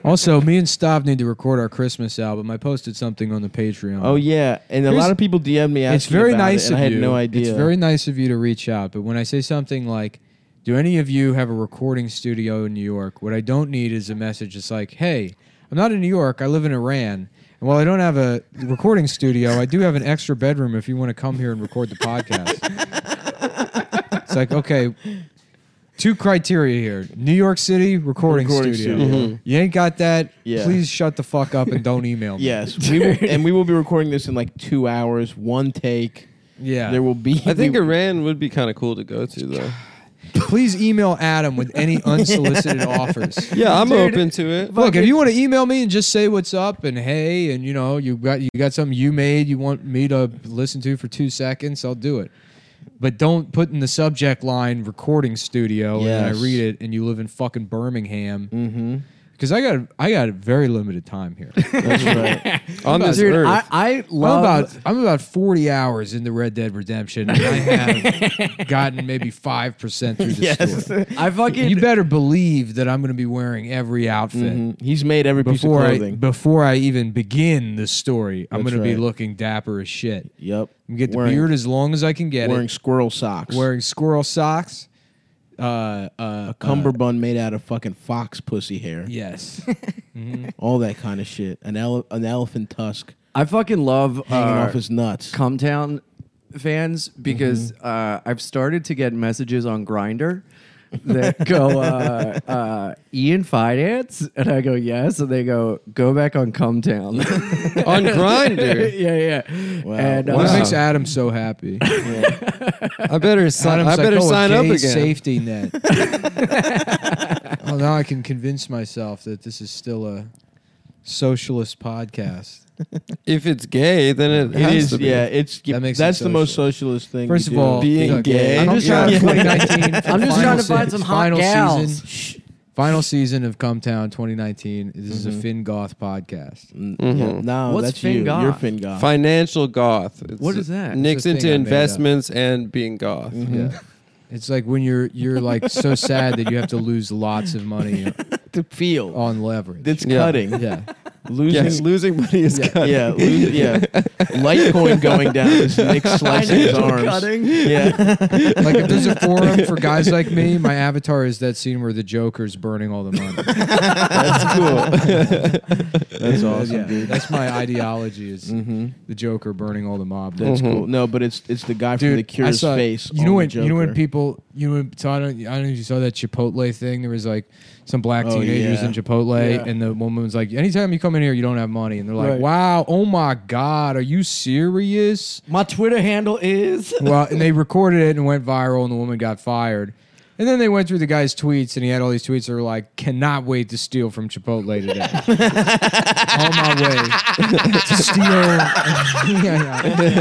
also, me and Stav need to record our Christmas album. I posted something on the Patreon. Oh yeah, and a Here's- lot of people DM me asking. it's very about it, nice and of I had you. no idea. It's very nice of you to reach out. But when I say something like, "Do any of you have a recording studio in New York?" What I don't need is a message that's like, "Hey, I'm not in New York. I live in Iran." And while I don't have a recording studio, I do have an extra bedroom if you want to come here and record the podcast. it's like, okay, two criteria here New York City, recording, Recording studio. studio. You ain't got that? Mm-hmm. Yeah. Please shut the fuck up and don't email me. Yes, we will, and we will be recording this in like two hours, one take. Yeah. There will be. I think we- Iran would be kind of cool to go to though. Please email Adam with any unsolicited offers. Yeah, I'm open to it. Look, if you want to email me and just say what's up and hey, and you know you got you got something you made you want me to listen to for two seconds, I'll do it. But don't put in the subject line recording studio and then I Yes. read it and you live in fucking Birmingham. Mm-hmm. because I got I got very limited time here. That's right. on this Dude, earth. I, I I'm love about I'm about 40 hours into Red Dead Redemption, and I have gotten maybe five percent through the story. I fucking You better believe that I'm going to be wearing every outfit. Mhm. He's made every piece of Before I clothing. before I even begin the story, I'm That's going to be right. looking dapper as shit. yep. I'm get the wearing, beard as long as I can get wearing it. squirrel socks. Wearing squirrel socks. Uh, uh, a cummerbund made out of fucking fox pussy hair. yes. All that kind of shit. An ele- an elephant tusk I fucking love hanging our off his nuts. Comtown fans Mm-hmm. because uh, I've started to get messages on Grinder that go uh, uh, Ian Finance, and I go yes, and they go go back on Comtown. on Grinder. yeah, yeah. Wow. And, Wow. uh, What makes Adam so happy? I better sign. Adam's I like, better "Oh, a sign up gay again. Safety net. well, now I can convince myself that this is still a socialist podcast. If it's gay, then it, It has is, to be. yeah. It's That makes that's it the most socialist thing. First you of do. all, Being look, gay. I'm just trying Yeah. to 2019. I'm just trying to find some hot final gals. Season, Final season of Come Town 2019. This is a Mm-hmm. Finn Goth podcast. Yeah, no, What's that's Finn you. Goth? You're Finn Goth. Financial goth. It's What is that? Nicks It's a into thing I made up. Mm-hmm. investments and being goth. Mm-hmm. Yeah. It's like when you're you're like so sad that you have to lose lots of money to feel. on leverage. That's Yeah. cutting. yeah. Losing. Yes, losing money is Yeah. good. Yeah, lo- yeah. Litecoin going down is Nick slicing his arms. Yeah, Like if there's a forum for guys like me, my avatar is that scene where the Joker's burning all the money. that's cool. that's awesome, dude. That's my ideology is Mm-hmm. the Joker burning all the mob. money. That's cool. No, but it's it's the guy from the I Cure's saw- face. You on know the when you know when Joker. people you know when, so I don't I don't know if you saw that Chipotle thing. There was like some black Oh, teenagers yeah. in Chipotle, Yeah. and the woman was like, "Anytime you come in here, you don't have money." And they're like, Right. "Wow, oh my god, are you serious?" my Twitter handle is well, and they recorded it and went viral, and the woman got fired. And then they went through the guy's tweets, and he had all these tweets that were like, "Cannot wait to steal from Chipotle today." on my way to steal.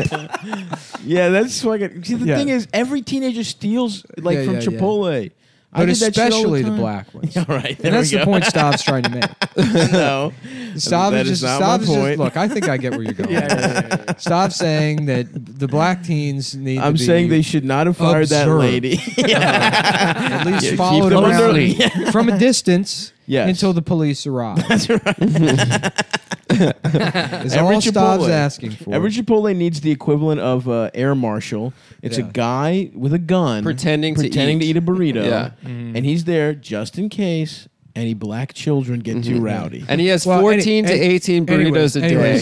yeah, yeah. Yeah, that's fucking. See, the Yeah. thing is, every teenager steals like Yeah, from yeah, yeah. Chipotle. I But did that shit all especially the time. black ones. All right, there and that's we the go. point Stav's trying to make. no, Stav That is is just, not my Stav is just point. look. I think I get where you're going. yeah, Stav saying that the black teens need. I'm to be saying they should not have fired that observed. lady. yeah. at least Yeah, keep followed them under- around from a distance Yes. until the police arrive. That's right. Is Every all Stav's Chipotle- asking for. Every Chipotle needs the equivalent of uh, air marshal. It's Yeah. a guy with a gun Pretending to pretending to eat. eat a burrito. Yeah. and he's there just in case any black children get too rowdy. Mm-hmm. And he has Well, any- 14 any- to 18 burritos a day. anyway,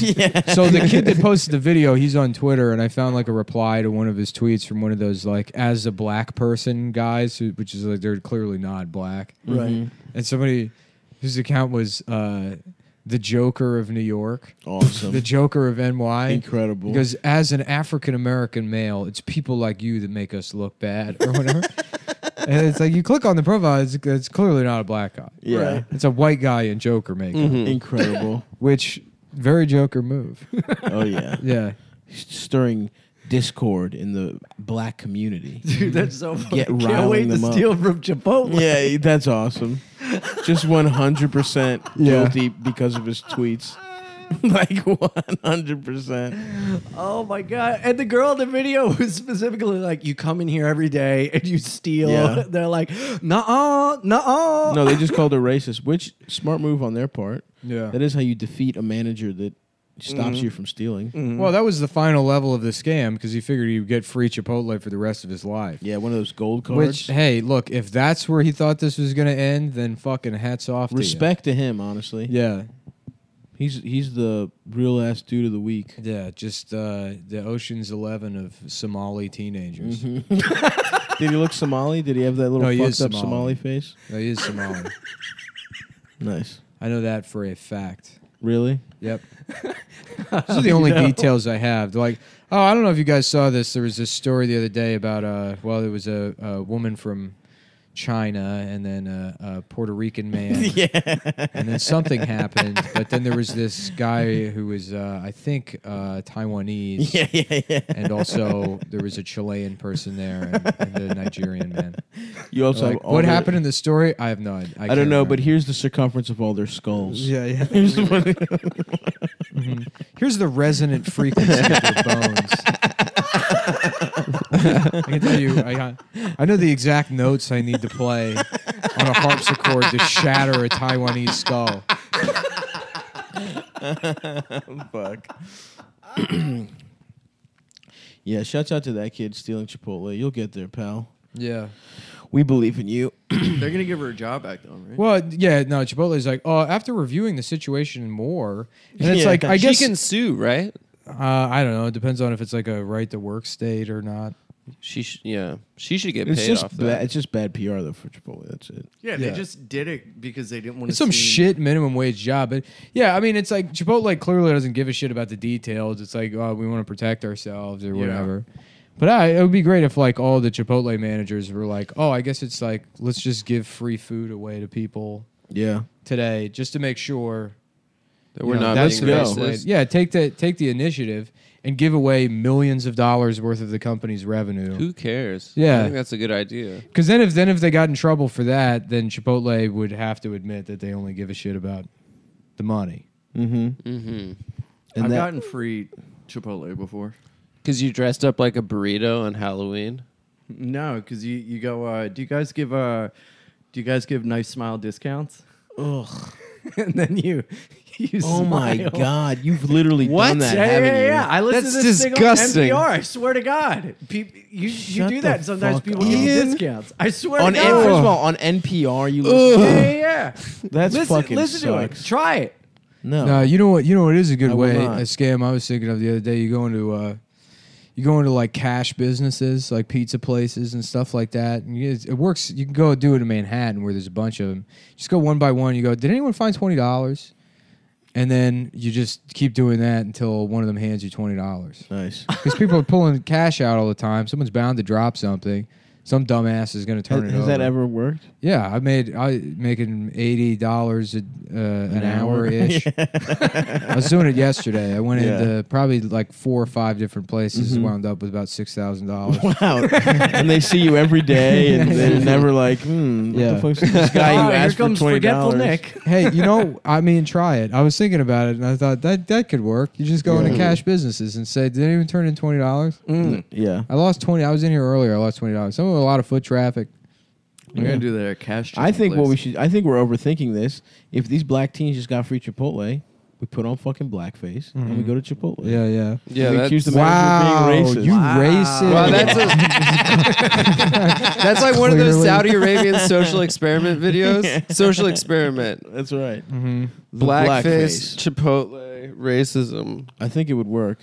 So the kid that posted the video, he's on Twitter, and I found like a reply to one of his tweets from one of those like as a black person guys, who, which is like they're clearly not black, right? And somebody whose account was uh, the Joker of New York. The Awesome. Joker of NY. Incredible. Because as an African American male, it's people like you that make us look bad or whatever. and it's like you click on the profile, it's, it's clearly not a black guy. Yeah. It's a white guy in Joker makeup, Mm. Incredible. which very Joker move. Oh yeah. yeah. Stirring discord in the black community. dude. That's so funny. Get Can't wait riling to them up. steal from Chipotle. Yeah, that's awesome. Just 100% Yeah. guilty because of his tweets. like 100%. Oh my god! And the girl in the video was specifically like, "You come in here every day and you steal." Yeah. They're like, "Nuh-uh, nuh-uh." No, they just called her racist, which smart move on their part. Yeah. Mm-hmm. That is how you defeat a manager that stops you from stealing. Well, that was the final level of the scam because he figured he'd get free Chipotle for the rest of his life. Yeah, one of those gold Which, cards. hey, look, if that's where he thought this was going to end, then fucking hats off Respect to him, honestly. to you. Yeah. He's he's the real ass dude of the week. Yeah, just uh, the Ocean's Eleven of Somali teenagers. Mm-hmm. Did he look Somali? Did he have that little No, he is fucked up Somali Somali. face? No, he is Somali. Nice. I know that for a fact. Really? Yep. These are the only details I have. They're like, oh, I don't know if you guys saw this. There was this story the other day about, uh, well, there was a, a woman from China and then a, a Puerto Rican man. And then something happened, but then there was this guy who was, uh, I think, uh, Taiwanese. Yeah, yeah, yeah. And also there was a Chilean person there and, and the Nigerian man. You also Like, have all what their- happened in the story? I have no idea. I, I don't can't know, but remember. here's the circumference of all their skulls. yeah, yeah. Here's, the resonant frequency of your bones. I can tell you, I, I know the exact notes I need to play on a harpsichord to shatter a Taiwanese skull. Fuck. Yeah, shouts out to that kid stealing Chipotle. You'll get there, pal. Yeah. We believe in you. They're gonna give her a job back though, right? Well, yeah, no, Chipotle's like, oh, after reviewing the situation more, and it's Yeah. like, I she guess, can sue, right? uh, I don't know, it depends on if it's like a right to work state or not. She sh- yeah, she should get It's paid just off bad. that. It's just bad PR though for Chipotle. That's it. yeah, yeah. they just did it because they didn't want to. It's some shit minimum wage job, but yeah, I mean, it's like Chipotle clearly doesn't give a shit about the details. It's like, oh, we want to protect ourselves or whatever. But I, it would be great if like all the Chipotle managers were like, oh, I guess it's like let's just give free food away to people Yeah. today just to make sure That we're you know, not that's being the racist. best way. Yeah, take the take the initiative and give away millions of dollars worth of the company's revenue. Who cares? Yeah. I think that's a good idea. Because then if then if they got in trouble for that, then Chipotle would have to admit that they only give a shit about the money. And I've that- gotten free Chipotle before. Because you dressed up like a burrito on Halloween. No, because you you go. Uh, do you guys give uh, do you guys give nice smile discounts? Ugh. and then you, you. Oh my smile. God! You've literally What? done that, Yeah, yeah, haven't yeah, you? yeah. I listen That's to this disgusting. thing on NPR. I swear to God, people, you you Shut do that. the and Sometimes fuck people up. give Ian? discounts. I swear On to N- God. first of all, on NPR, you Yeah, listen. yeah, yeah. That's listen, fucking listen to sucks. it. Try it. No. No, you know what? You know what is a good I will way not. a scam I was thinking of the other day. You go into uh, you go into like cash businesses, like pizza places and stuff like that. And you, it works. You can go do it in Manhattan where there's a bunch of them. Just go one by one. You go. Did anyone find twenty dollars? And then you just keep doing that until one of them hands you twenty dollars. Nice. Because people are pulling cash out all the time. Someone's bound to drop something. Some dumbass is going to turn Has, it has over. that ever worked? Yeah, I made I making eighty dollars uh, an hour? hour ish. I was doing it yesterday. I went Yeah. into probably like four or five different places. and Wound up with about six thousand dollars. Wow. and they see you every day, and they're never like, hmm, what Yeah. the fuck's this guy Oh, who here asked for comes twenty forgetful dollars? Nick. hey, you know, I mean, try it. I was thinking about it, and I thought that that could work. You just go into cash businesses and say, "Did anyone turn in twenty dollars?" Hmm. Mm. Yeah. I lost twenty. I was in here earlier. I lost twenty dollars. Some of a lot of foot traffic. I'm gonna do that at cash. I think what Chipotle's. we should. I think we're overthinking this. If these black teens just got free Chipotle, we put on fucking blackface and we go to Chipotle. Yeah, yeah. Yeah, we that's, accuse the Wow, manager of being racist. you racist. Wow, that's a, that's like one of those Clearly. Saudi Arabian social experiment videos. Social experiment, That's right. The blackface, Chipotle, racism. I think it would work.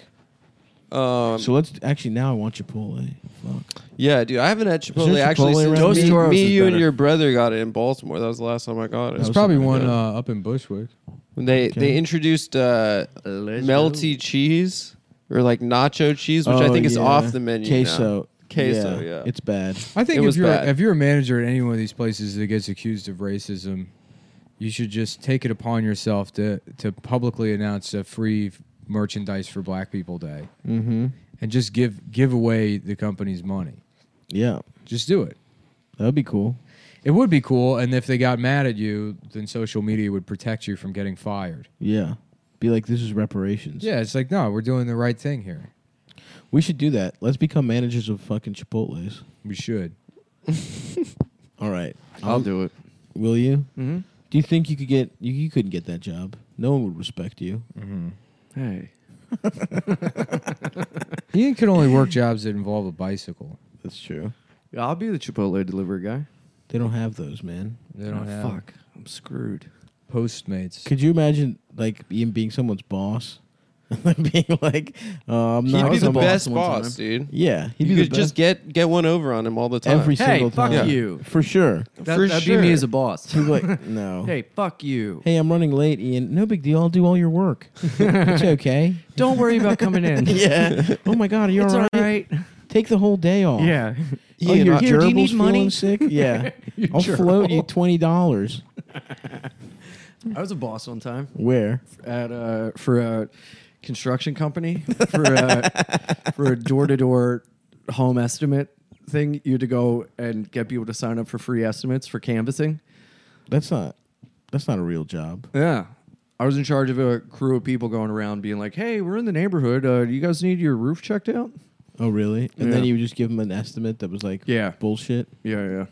Um, So let's actually now. I want Chipotle. Fuck. yeah, dude, I haven't had Chipotle Chipotle actually since around? me, Dos Toros me, is you, and better. your brother got it in Baltimore. That was the last time I got it. There's probably one uh, up in Bushwick. When they they introduced uh, Let's melty cheese or like nacho cheese, which I Oh, think is yeah. off the menu. now. Queso. Queso, yeah. It's bad. I think It if was you're bad. if you're a manager at any one of these places that gets accused of racism, you should just take it upon yourself to to publicly announce a free f- merchandise for Black People Day, Mm-hmm. and just give give away the company's money. Yeah. Just do it. That'd be cool. It would be cool, and if they got mad at you, then social media would protect you from getting fired. Yeah. Be like, this is reparations. Yeah, it's like no, we're doing the right thing here. We should do that. Let's become managers of fucking Chipotle's. We should. All right. I'll do it. Will you? Mm-hmm. Do you think you could get? You, you couldn't get that job. No one would respect you. Hey, Ian could only work jobs that involve a bicycle. That's true. I'll be the Chipotle delivery guy. They don't have those, man. They don't Oh, have Fuck, I'm screwed. Postmates. Could you imagine like Ian being someone's boss, being like, uh, "I'm He'd not be the someone- best one time. boss, dude. Yeah, he'd You be could the just best get get one over on him all the time. every Hey, single fuck time. you. for sure. That, For that'd sure. be me as a boss. He'd be like, "No, hey. hey, fuck you. I'm running late, Ian. No big deal. I'll do all your work. it's okay. Don't worry about coming in. Yeah. oh my God, are you It's all all right? right. Take the whole day off. Oh, Yeah. Yeah, you're my here. Do you gerbil's need feeling money? Sick? Yeah, I'll float Oh. you twenty dollars. I was a boss one time Where? at uh, for a construction company for a, for a door-to-door home estimate thing. You had to go and get people to sign up for free estimates for canvassing. That's not. That's not a real job. Yeah. I was in charge of a crew of people going around being like, hey, we're in the neighborhood. Uh, do you guys need your roof checked out? Oh, really? And then Yeah. you just give them an estimate that was like, Yeah. bullshit. Yeah, yeah.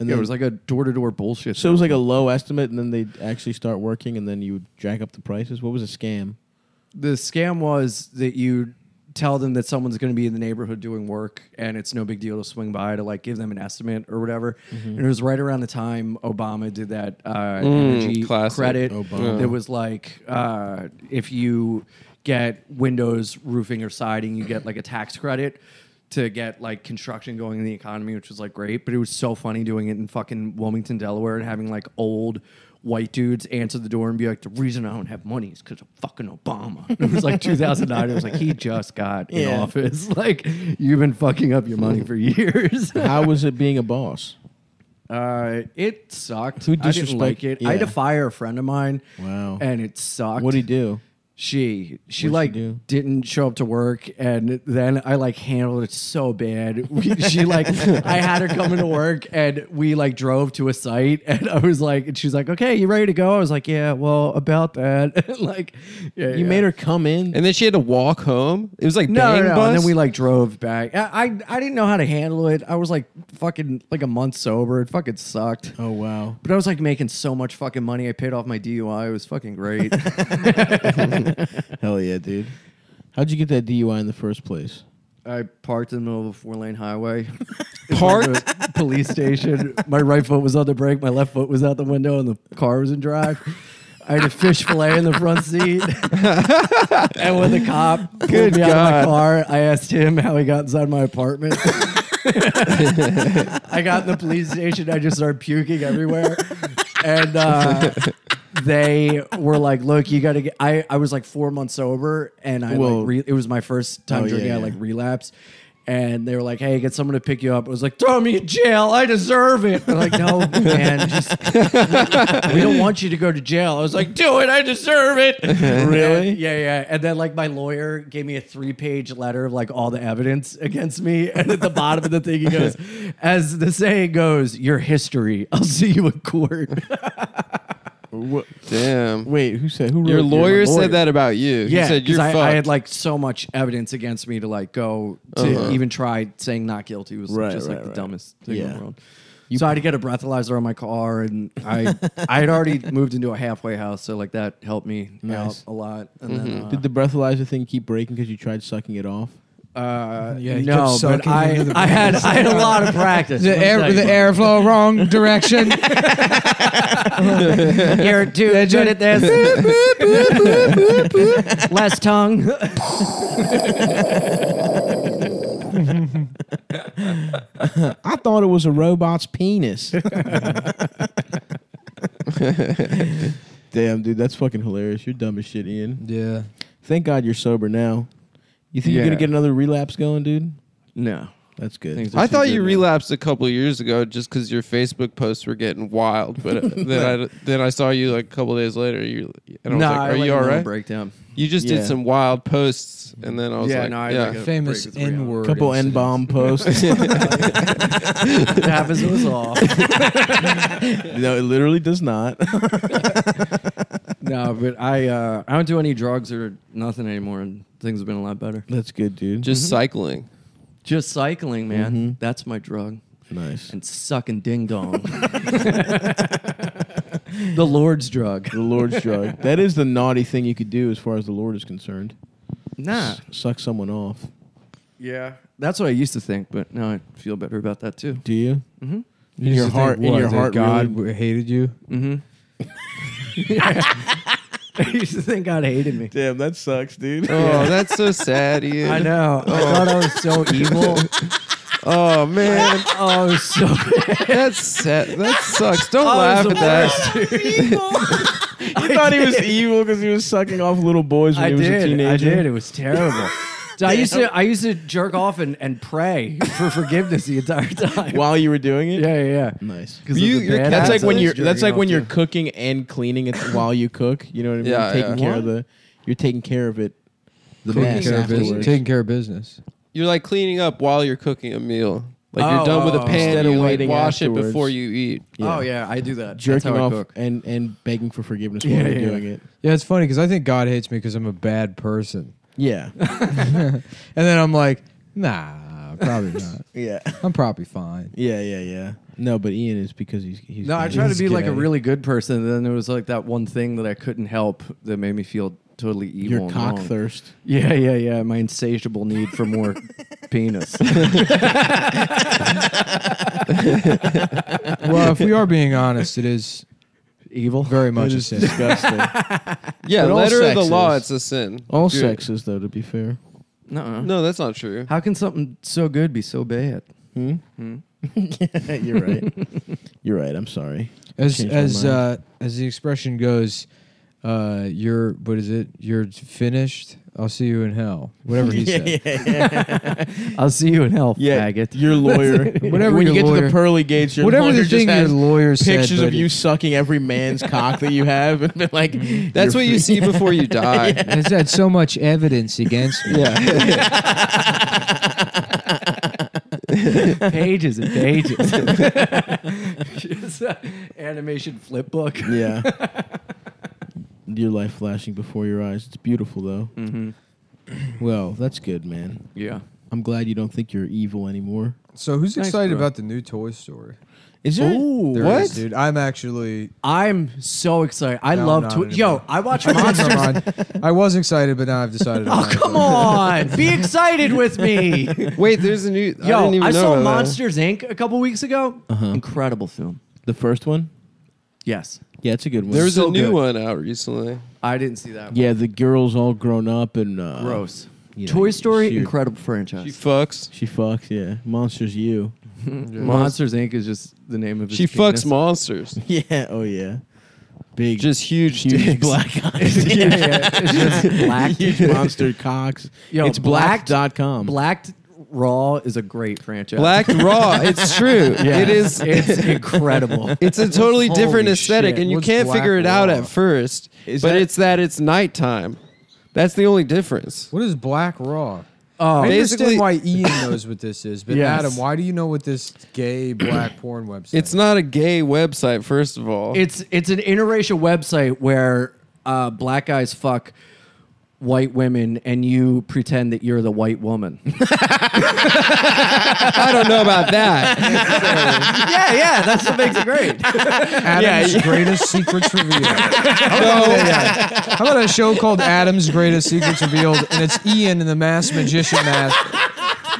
And yeah, then- it was like a door to door bullshit. So it was like a low estimate, and then they actually start working, and then you would jack up the prices. What was a scam? the scam was that you tell them that someone's going to be in the neighborhood doing work and it's no big deal to swing by to like give them an estimate or whatever. And it was right around the time Obama did that uh, energy classic credit. Obama. It was like uh, if you get windows, roofing, or siding, you get like a tax credit. To get like construction going in the economy, which was like great, but it was so funny doing it in fucking Wilmington, Delaware, and having like old white dudes answer the door and be like, the reason I don't have money is because of fucking Obama. It was like 2009. It was like, he just got in Yeah. office. Like, you've been fucking up your money for years. How was it being a boss? Uh, it sucked. Who I didn't disrespect- like it. I had to yeah. fire a friend of mine. Wow. And it sucked. What do you do? She What'd she she like do? didn't show up to work, and then I like handled it so bad. We, she like I had her come into work, and we like drove to a site, and I was like, and she's like, okay, you ready to go? I was like, yeah, well, about that, And, like, yeah, You made her come in. And then she had to walk home. It was like No, bang no, no. bus. And then we like drove back. I, I I didn't know how to handle it. I was like fucking like a month sober. It fucking sucked. oh wow. But I was like making so much fucking money. I paid off my DUI. It was fucking great. Hell yeah, dude. How'd you get that DUI in the first place? I parked in the middle of a four lane highway. Parked? Went to a police station. My right foot was on the brake. My left foot was out the window, and the car was in drive. I had a fish fillet in the front seat. and when the cop pulled me out of my God. car, I asked him how he got inside my apartment. I got in the police station. I just started puking everywhere. And uh, they were like, look, you got to get. I, I was like four months sober, and I Whoa. like, re- it was my first time Oh, yeah, drinking. I yeah. like relapsed. And they were like, "Hey, get someone to pick you up." I was like, "Throw me in jail. I deserve it." They're like, "No, man, just, we don't want you to go to jail." I was like, "Do it. I deserve it." really? yeah, yeah. And then like my lawyer gave me a three-page letter of like all the evidence against me, and at the bottom of the thing he goes, "As the saying goes, your history. I'll see you in court." Damn. Wait, who said who? Your wrote- lawyer said that about you. He Yeah, said 'cause you're I, fucked. I had like so much evidence against me to like go to even try saying not guilty was Right, just like right, the right. dumbest thing in Yeah. the world. so I had to get a breathalyzer on my car, and I I had already moved into a halfway house, so like that helped me Nice. Mm-hmm. out a lot. And then uh, Did the breathalyzer thing keep breaking because you tried sucking it off? uh, Yeah, he kept no, but sucking I, into the I had I had a lot of practice. The, let me air, tell the you. airflow wrong direction. You're too good at this. Less tongue. I thought it was a robot's penis. Damn, dude, that's fucking hilarious. You're dumb as shit, Ian. yeah. Thank God you're sober now. You think you're Yeah. gonna get another relapse going, dude? No, That's good. Things are I too thought good you now. relapsed a couple of years ago just because your Facebook posts were getting wild, but uh, then I then I saw you like a couple of days later. You and I was Nah, like, I "Are let you a all mental right?" Breakdown. You just Yeah. did some wild posts, and then I was Yeah, like, no, I "Yeah, like Famous Break with Rihanna. N word. Couple N bomb posts. It happens to us all. no, it literally does not. no, but I uh, I don't do any drugs or nothing anymore, and things have been a lot better. That's good, dude. just Mm-hmm. cycling." Just cycling, man. Mm-hmm. That's my drug. nice. And sucking ding dong. the Lord's drug. The Lord's drug. That is the naughty thing you could do as far as the Lord is concerned. Nah. S- suck someone off. Yeah. That's what I used to think, but now I feel better about that too. Do you? Mhm. In your heart, in your heart, God really- hated you. Mm-hmm. I used to think God hated me. Damn, that sucks, dude. Oh, that's so sad, Ian. I know. I thought I was so evil. Oh man, Oh, I was so that's sad. That sucks. Don't Oh, it laugh was at the that. I thought he was evil because he was sucking off little boys when I he was a did. I teenager. did. It was terrible. So I used to I used to jerk off and, and pray for forgiveness the entire time. while you were doing it. Yeah, yeah, yeah. Nice. 'Cause of You- the your bad cat's That's like when habits. you're. That's Jerking like off when you're to- cooking and cleaning it while you cook. You know what I mean? Yeah, taking yeah. care of the. You're taking care of it. The Taking mess care, of business. afterwards. taking care of business. You're like cleaning up while you're cooking a meal. Like you're Oh, done with a oh, pan, instead of you like waiting wash it afterwards. before you eat. Oh yeah, I do that. That's jerking how I off cook. and and begging for forgiveness while Yeah, you're yeah, doing it. Yeah, it's funny because I think God hates me because I'm a bad person, Yeah. and then I'm like, nah, probably not. yeah. I'm probably fine. Yeah, yeah, yeah. No, but Ian is because he's he's No, I tried to he's be like a good at it. really good person, and then there was like that one thing that I couldn't help that made me feel totally evil. your and cock wrong. thirst. Yeah, yeah, yeah. My insatiable need for more penis. well, if we are being honest, it is Evil. very much It a is sin. disgusting. Yeah, But all letter of the sex law, is. it's a sin. All Dude, sexes, though, to be fair. No. No, that's not true. How can something so good be so bad? Hmm? Hmm? You're right. You're right. I'm sorry. As Changed my as mind. uh, as the expression goes, uh, you're what is it? You're finished. I'll see you in hell. Whatever he said. I'll see you in hell, Yeah, faggot. your lawyer. Whatever when you your get to lawyer- the pearly gates, your Whatever lawyer the just thing your has lawyer said. pictures but of you sucking every man's cock that you have, and been like, Mm-hmm. That's what you see before you die. it- Has had so much evidence against me. pages and pages. Just, uh, animation flip book. yeah. Your life flashing before your eyes. It's beautiful, though. Mm-hmm. Well, that's good, man. Yeah. I'm glad you don't think you're evil anymore. So who's Thanks, excited bro. about the new Toy Story? Is there? Ooh, There What? is, dude? I'm actually. I'm so excited. I No, love not Twi- Yo, anymore. I watch Never Monsters. mind. I was excited, but now I've decided. I'm oh, not come excited. on. Be excited with me. Wait, there's a new. I Yo, didn't even I, know saw about that. Monsters Inc. a couple weeks ago. Uh-huh. Incredible film. The first one? Yes. Yeah, it's a good one. There was So a new good. one out recently. I didn't see that. yeah, the girl's all grown up and uh, one. Gross. you know, Toy Story, she- incredible She franchise. fucks. She fucks. Yeah, monsters. You. Monsters Inc. is just the name of his She penis. fucks monsters. Yeah. Oh yeah. Big Just huge, huge dicks. black eyes. yeah. It's just black. Huge monster cocks. Yo, it's blacked- blacked.com. Blacked Raw is a great franchise. Black raw. It's true. It is. It's incredible. It's a totally Holy different aesthetic, shit. and you What's can't black figure it out raw? at first. Is but that- it's that it's nighttime. That's the only difference. What is Black Raw? Oh, I Basically- understand why Ian knows what this is, but Yes. Adam, why do you know what this gay black porn website? It's not a gay website, first of all. it's it's an interracial website where uh, black guys fuck white women and you pretend that you're the white woman. I don't know about that. yeah, yeah, that's what makes it great. Adam's greatest secrets revealed. No, How about a show called Adam's Greatest Secrets Revealed, and it's Ian and the Masked Magician mask.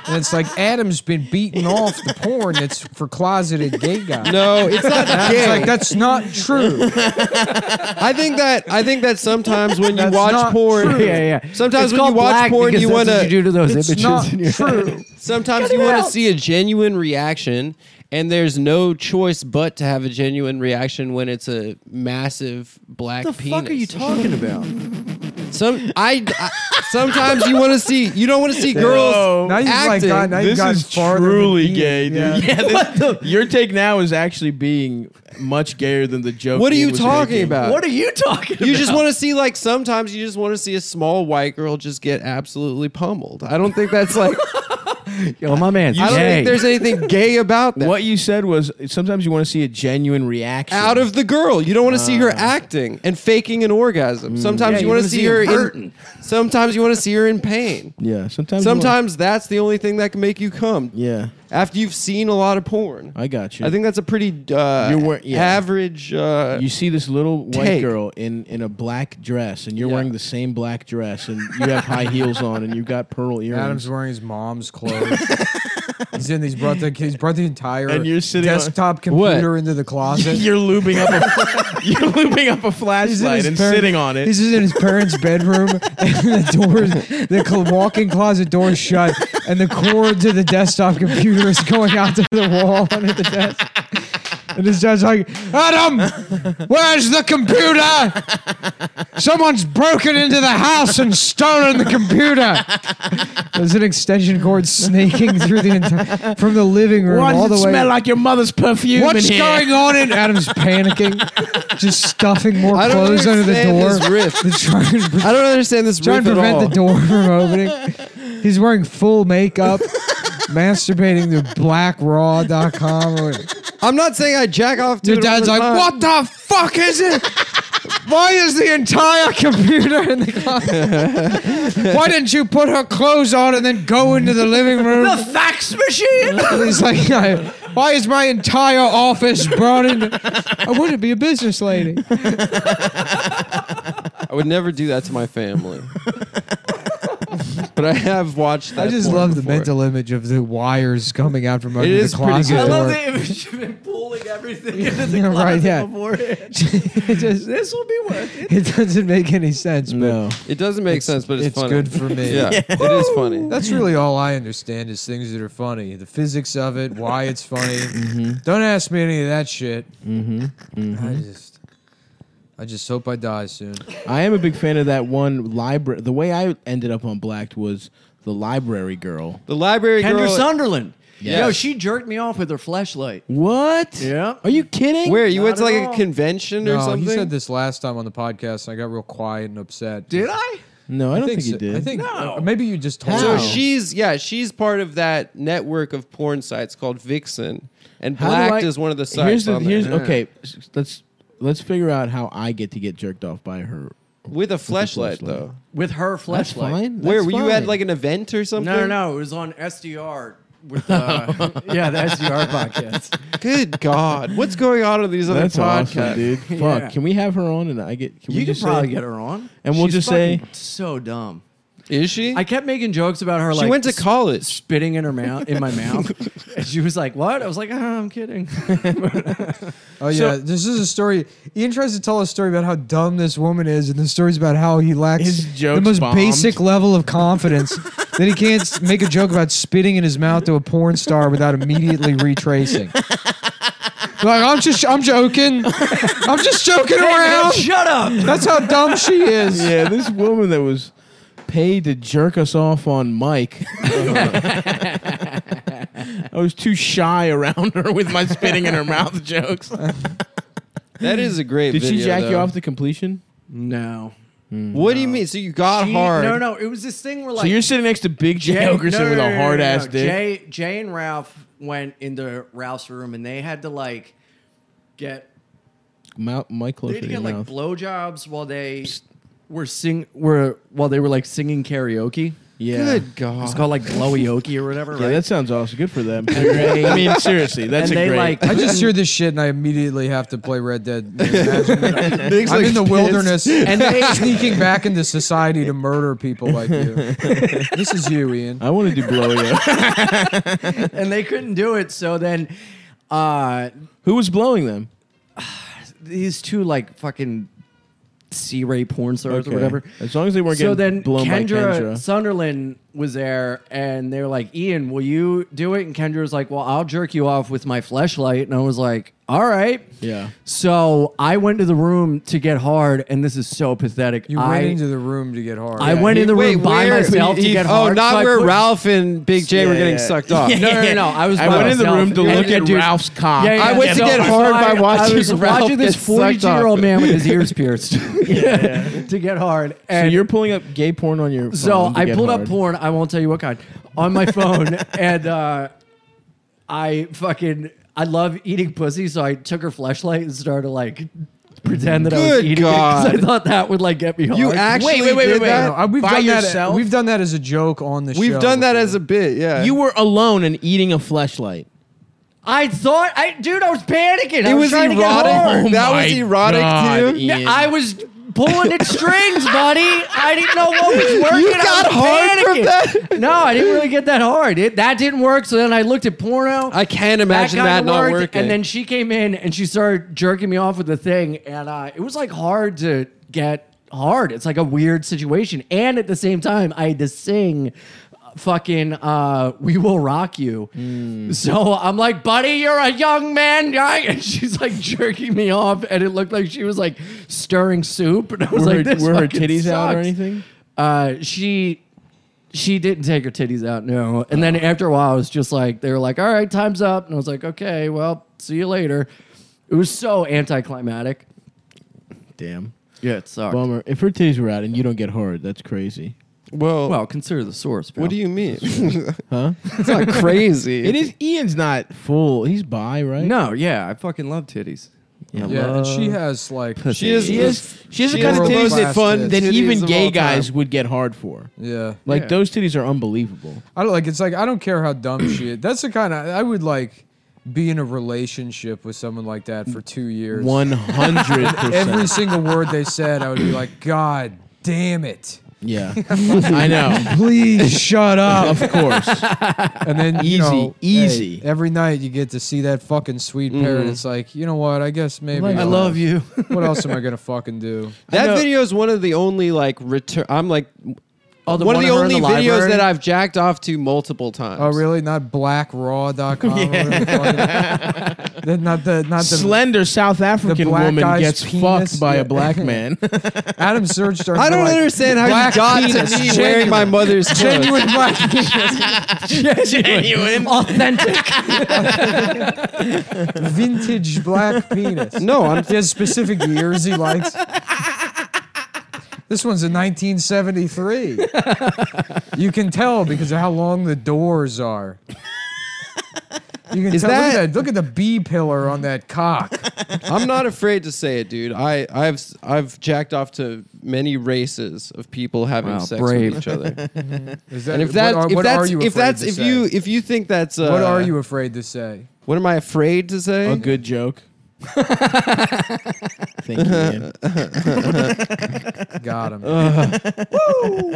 And it's like Adam's been beating off the porn that's for closeted gay guys. no, it's not Adam's gay. like, that's not true. I think that I think that sometimes when you That's watch not porn, true. Yeah, yeah. Sometimes when you watch porn, you want to do to. to those It's images. not in your- true. Sometimes you want to see a genuine reaction, and there's no choice but to have a genuine reaction when it's a massive black What the penis. fuck are you talking about? Some I, I sometimes you want to see you don't want to see girls. Now you've like Acting. got, now you've this gotten is farther than truly Ian. gay, dude. Yeah. this- your take now is actually being much gayer than the joke. What are Ian you was talking making. about? What are you talking about? You just want to see like sometimes you just want to see a small white girl just get absolutely pummeled. I don't think that's like Yo, my man. I don't think there's anything gay about that. What you said was sometimes you want to see a genuine reaction Out of the girl, you don't want to see her acting and faking an orgasm. Sometimes you want to wanna see see her her in, hurting. Sometimes you want to see her in pain. yeah. Sometimes you wanna- Sometimes that's the only thing that can make you come. yeah. After you've seen a lot of porn, I got you. I think that's a pretty uh, You're wor- yeah. average. Uh, you see this little white Take. girl in, in a black dress, and you're Yeah. wearing the same black dress, and you have high heels on, and you've got pearl earrings. Adam's wearing his mom's clothes. he's in. He's brought the. He's brought the entire And you're sitting on- desktop computer into the closet. you're lubing up a you're lubing up a He's in flashlight his and parent- sitting on it. He's just in his parents' bedroom, and the doors, the cl- walk-in closet door is shut, and the cord to the desktop computer is going out to the wall under the desk. And his dad's like, Adam, where's the computer? Someone's broken into the house and stolen the computer. There's an extension cord snaking through the entire from the living room Why all does it the way. smell like your mother's perfume in What's here? going on? And Adam's panicking, just stuffing more I don't clothes under the understand this door. riff. He's trying to, I don't understand this trying riff to at prevent all. the door from opening. He's wearing full makeup, masturbating to blackraw.com. or whatever. I'm not saying I jack off to Your it all dad's the like, time. what the fuck is it? Why is the entire computer in the closet? Why didn't you put her clothes on and then go into the living room? The fax machine. He's like, "I- why is my entire office brought in? I wouldn't be a business lady. I would never do that to my family. but I have watched that. I just porn love the before. mental image of the wires coming out from under is the pretty closet good. door. I love the image of him pulling everything into the You're right, yeah. beforehand. it, just, This will be worth it. it doesn't make any sense, but No. It doesn't make sense, but it's, it's funny. good for me. Yeah, it is funny. That's really all I understand is things that are funny, the physics of it, why it's funny. Mm-hmm. Don't ask me any of that shit. I just, I just hope I die soon. I am a big fan of that one library. The way I ended up on Blacked was the library girl. The library Kendra girl. Sunderland. Yes. Yo, she jerked me off with her flashlight. What? Yeah. Are you kidding? Where you went to Not at like a all. convention or No, something? he said this last time on the podcast, and I got real quiet and upset. Did I? No, I don't think, so. you did. I think No. or maybe you just told. How? So me. Wow. she's yeah, she's part of that network of porn sites called Vixen, and How do Blacked I- is one of the sites Here's the on here's there. okay. s- Let's let's figure out how I get to get jerked off by her. with a fleshlight fleshlight. though. With her That's flashlight. fine. That's Where were you at fine. like an event or something? No, no, no. It was on SDR. With, uh, yeah, the SDR podcast. Good God, what's going on in these other That's podcasts? awesome, dude. Fuck. Yeah. Can we have her on and I get? Can we You could just say- probably get her on. And we'll She's just say- fucking so dumb. Is she? I kept making jokes about her. she like, went to s- college. spitting in her mouth, in my mouth, and she was like, "What?" I was like, oh, "I'm kidding." Oh yeah, this is a story. Ian tries to tell a story about how dumb this woman is, and the story's about how he lacks His the jokes most bombed. basic level of confidence that he can't s- make a joke about spitting in his mouth to a porn star without immediately retracing. like I'm just, I'm joking, I'm just joking around. Shut up. That's how dumb she is. Yeah, this woman that was paid to jerk us off on Mike. I was too shy around her with my spitting in her mouth jokes. That is a great. Did she video, jack you though. off to completion? No. What do you mean? So you got She- hard? No, no. It was this thing where like so you're sitting next to Big J Okerson no, no, with no, a no, hard ass no, no. dick. Jay, Jay and Ralph went into Ralph's room and they had to like get Mou- Mike they closer had to to your get like mouth. blowjobs while they were sing were while they were like singing karaoke. yeah. Good It's God. called like blowyoki or whatever, Uh-huh. Yeah, right? that sounds awesome. Good for them. I mean, seriously, that's and a they great. like I just hear this shit and I immediately have to play Red Dead. Imagine me. Nick's I'm like in the pissed. wilderness and And they- sneaking back into society to murder people like you. This is you, Ian. I want to do blow you. and they couldn't do it. So then uh Who was blowing them? these two like fucking C-ray porn stars Okay. or whatever. As long as they weren't so getting then blown by Kendra, Kendra. Sunderland was there, and they were like, "Ian, will you do it?" And Kendra was like, "Well, I'll jerk you off with my flashlight." And I was like, "All right." Yeah. So I went to the room to get hard, and this is so pathetic. You I, went into the room to get hard. I went in the Wait, room by where- myself he- to get oh, hard. not so I where put- Ralph and Big J were getting sucked off. No, no, no, no. I was. I by went in the myself. room to And- look at and- dude, Ralph's cock. yeah, yeah, I went to yeah. get hard by I- I watching was Ralph watching this get sucked off. 42 year old man with his ears pierced to get hard. So And you're pulling up gay porn on your. So phone to I get pulled hard. up porn. I won't tell you what kind on my phone, and uh, I fucking I love eating pussy. So I took her flashlight and started like pretend that I was Good eating it God. because I thought that would like get me hard. You actually wait, wait, did wait, wait. that? No, I- we've By done yourself? That, we've done that as a joke on the show. We've done that before. as a bit, yeah. You were alone and eating a fleshlight. I thought I dude, I was panicking. I it was, was trying to get hard. erotic. that was Oh my erotic God, to you. Ian. I was pulling at strings, buddy. I didn't know what was working. You I got was hard from panicking. that? No, I didn't really get that hard. It, that didn't work. So then I looked at porno. I can't That imagine that, kinda not worked, working. And then she came in and she started jerking me off with the thing, and uh, it was like hard to get hard. It's like a weird situation, and at the same time, I had to sing. fucking uh, "We Will Rock You." Hmm. So I'm like, "Buddy, you're a young man," guy," and she's like jerking me off, and it looked like she was like stirring soup, and I was Were like, her- "This were her fucking titties out or sucks." anything? Uh, she she didn't take her titties out, no. And then after a while, I was just like, they were like, all right, time's up. And I was like, okay, well, see you later. It was so anticlimactic. Damn. Yeah, it sucked. Well, Bummer. If her titties were out and you don't get hard, that's crazy. Well, consider the source, bro. what do you mean? it's Huh? not crazy. It is. Ian's not full. He's bi, right? No, yeah, I fucking love titties. I Yeah, and she love- has like She is. She is. She has the She kind of is titties that world-class fun tits. that Titties even of gay all time. guys would get hard for. yeah. Like Yeah. those titties are unbelievable. I don't like. It's like I don't care how dumb she is. That's the kind of I would like be in a relationship with someone like that for two years. One hundred Every percent. single word they said, I would be like, God damn it. Yeah, I know. Please shut up. Of course. And then Easy, you know, hey, easy. every night you get to see that fucking sweet parrot. It's like, you know what? I guess maybe Like, I I'll- love you. what else am I gonna fucking do? That know- video is one of the only like return. I'm like Oh, one, of the her in only videos library? that I've jacked off to multiple times. Oh really? Not blackraw.com. or whatever the fuck it- Then not the not the Slender South African black woman guy's gets penis? fucked by Yeah. a black man. Adam searched our I don't like, understand how black you got penis, to me wearing genuine- my mother's clothes. genuine black Genuine. Authentic. vintage black penis. No, I'm He has specific years he likes. This one's a 1973. you can tell because of how long the doors are. You can Is tell. that- look, at that, look at the B pillar on that cock. I'm not afraid to say it, dude. I I've I've jacked off to many races of people having Wow, sex brave. with each other. Is that, And if that what are, if what that's are you if afraid that's to if say? you if you think that's uh, what are you afraid to say? What am I afraid to say? A good joke. Thank you. Ian. Got him. Uh.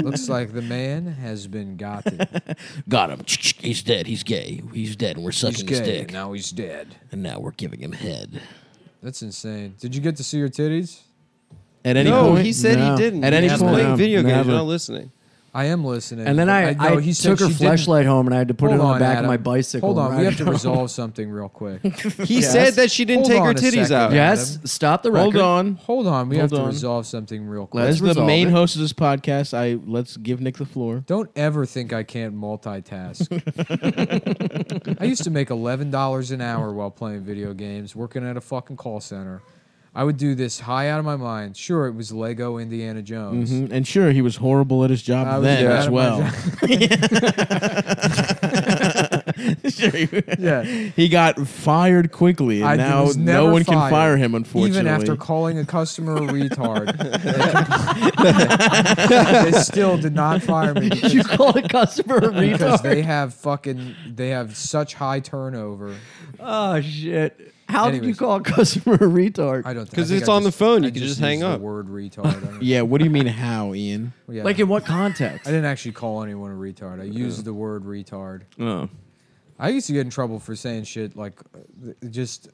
Looks like the man has been gotten. Got him. He's dead. He's gay. He's dead. And we're He's sucking his gay. dick. and Now he's dead. And now we're giving him head. That's insane. Did you get to see your titties? At any no, point, he said he No. didn't. At He any was point, playing video games. Never. You're not listening. I am listening. And then but I, I, no, he said took her she didn't- flashlight home and I had to put it Hold on, the back Adam. of my bicycle. Hold and on, ride we have to it home. resolve something real quick. He said that she didn't Hold take on her a titties second. out. Yeah. Yes, stop the record. Hold on. Hold on, we have Hold to on. resolve something real quick. Let's As the resolve main it. host of this podcast, I let's give Nick the floor. Don't ever think I can't multitask. I used to make eleven dollars an hour while playing video games, working at a fucking call center. I would do this high out of my mind. Sure, it was Lego Indiana Jones. Mm-hmm. Mhm. And sure, he was horrible at his job I was then bad as at my well. job. Sure, he- Yeah, he got fired quickly, and I now was no never one can fired, fire him. Unfortunately, even after calling a customer a retard, they still did not fire me. because- You call a customer a because retard? they have fucking they have such high turnover. Oh shit! How did you Anyways. call a customer a retard? I don't think- 'Cause I think it's I on the phone, you I can just hang used the up. word retard. I don't- yeah. What do you mean how, Ian? yeah. Like in what I context? didn't actually call anyone a retard. I used the word retard. Oh, I used to get in trouble for saying shit like uh, th- just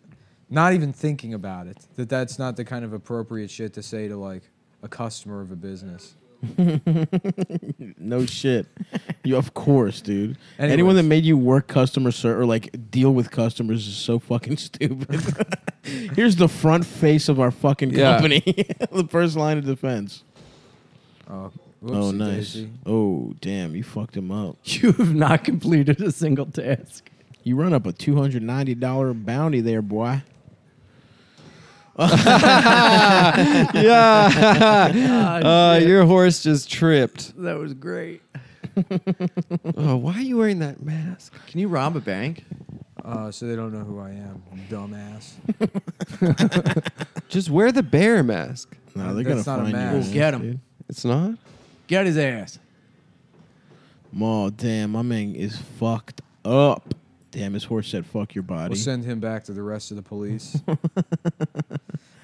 not even thinking about it. That that's not the kind of appropriate shit to say to like a customer of a business. no shit. you of course, dude. Anyone Anyways. that made you work customer ser or like deal with customers is so fucking stupid. Here's the front face of our fucking Yeah. company. the first line of defense. Oh, oh, whoopsie nice. daisy. Oh, damn, you fucked him up. You have not completed a single task. You run up a two hundred ninety dollar bounty there, boy. yeah. Ah, uh, shit. your horse just tripped. that was great. Oh, why are you wearing that mask? Can you rob a bank? Uh, so they don't know who I am, dumbass. Just wear the bear mask. No, they're That's gonna find not a you. mask. man, We'll get 'em. dude. It's not. Get his ass. Ma, damn, my man is fucked up. Damn, his horse said, "Fuck your body." We'll send him back to the rest of the police.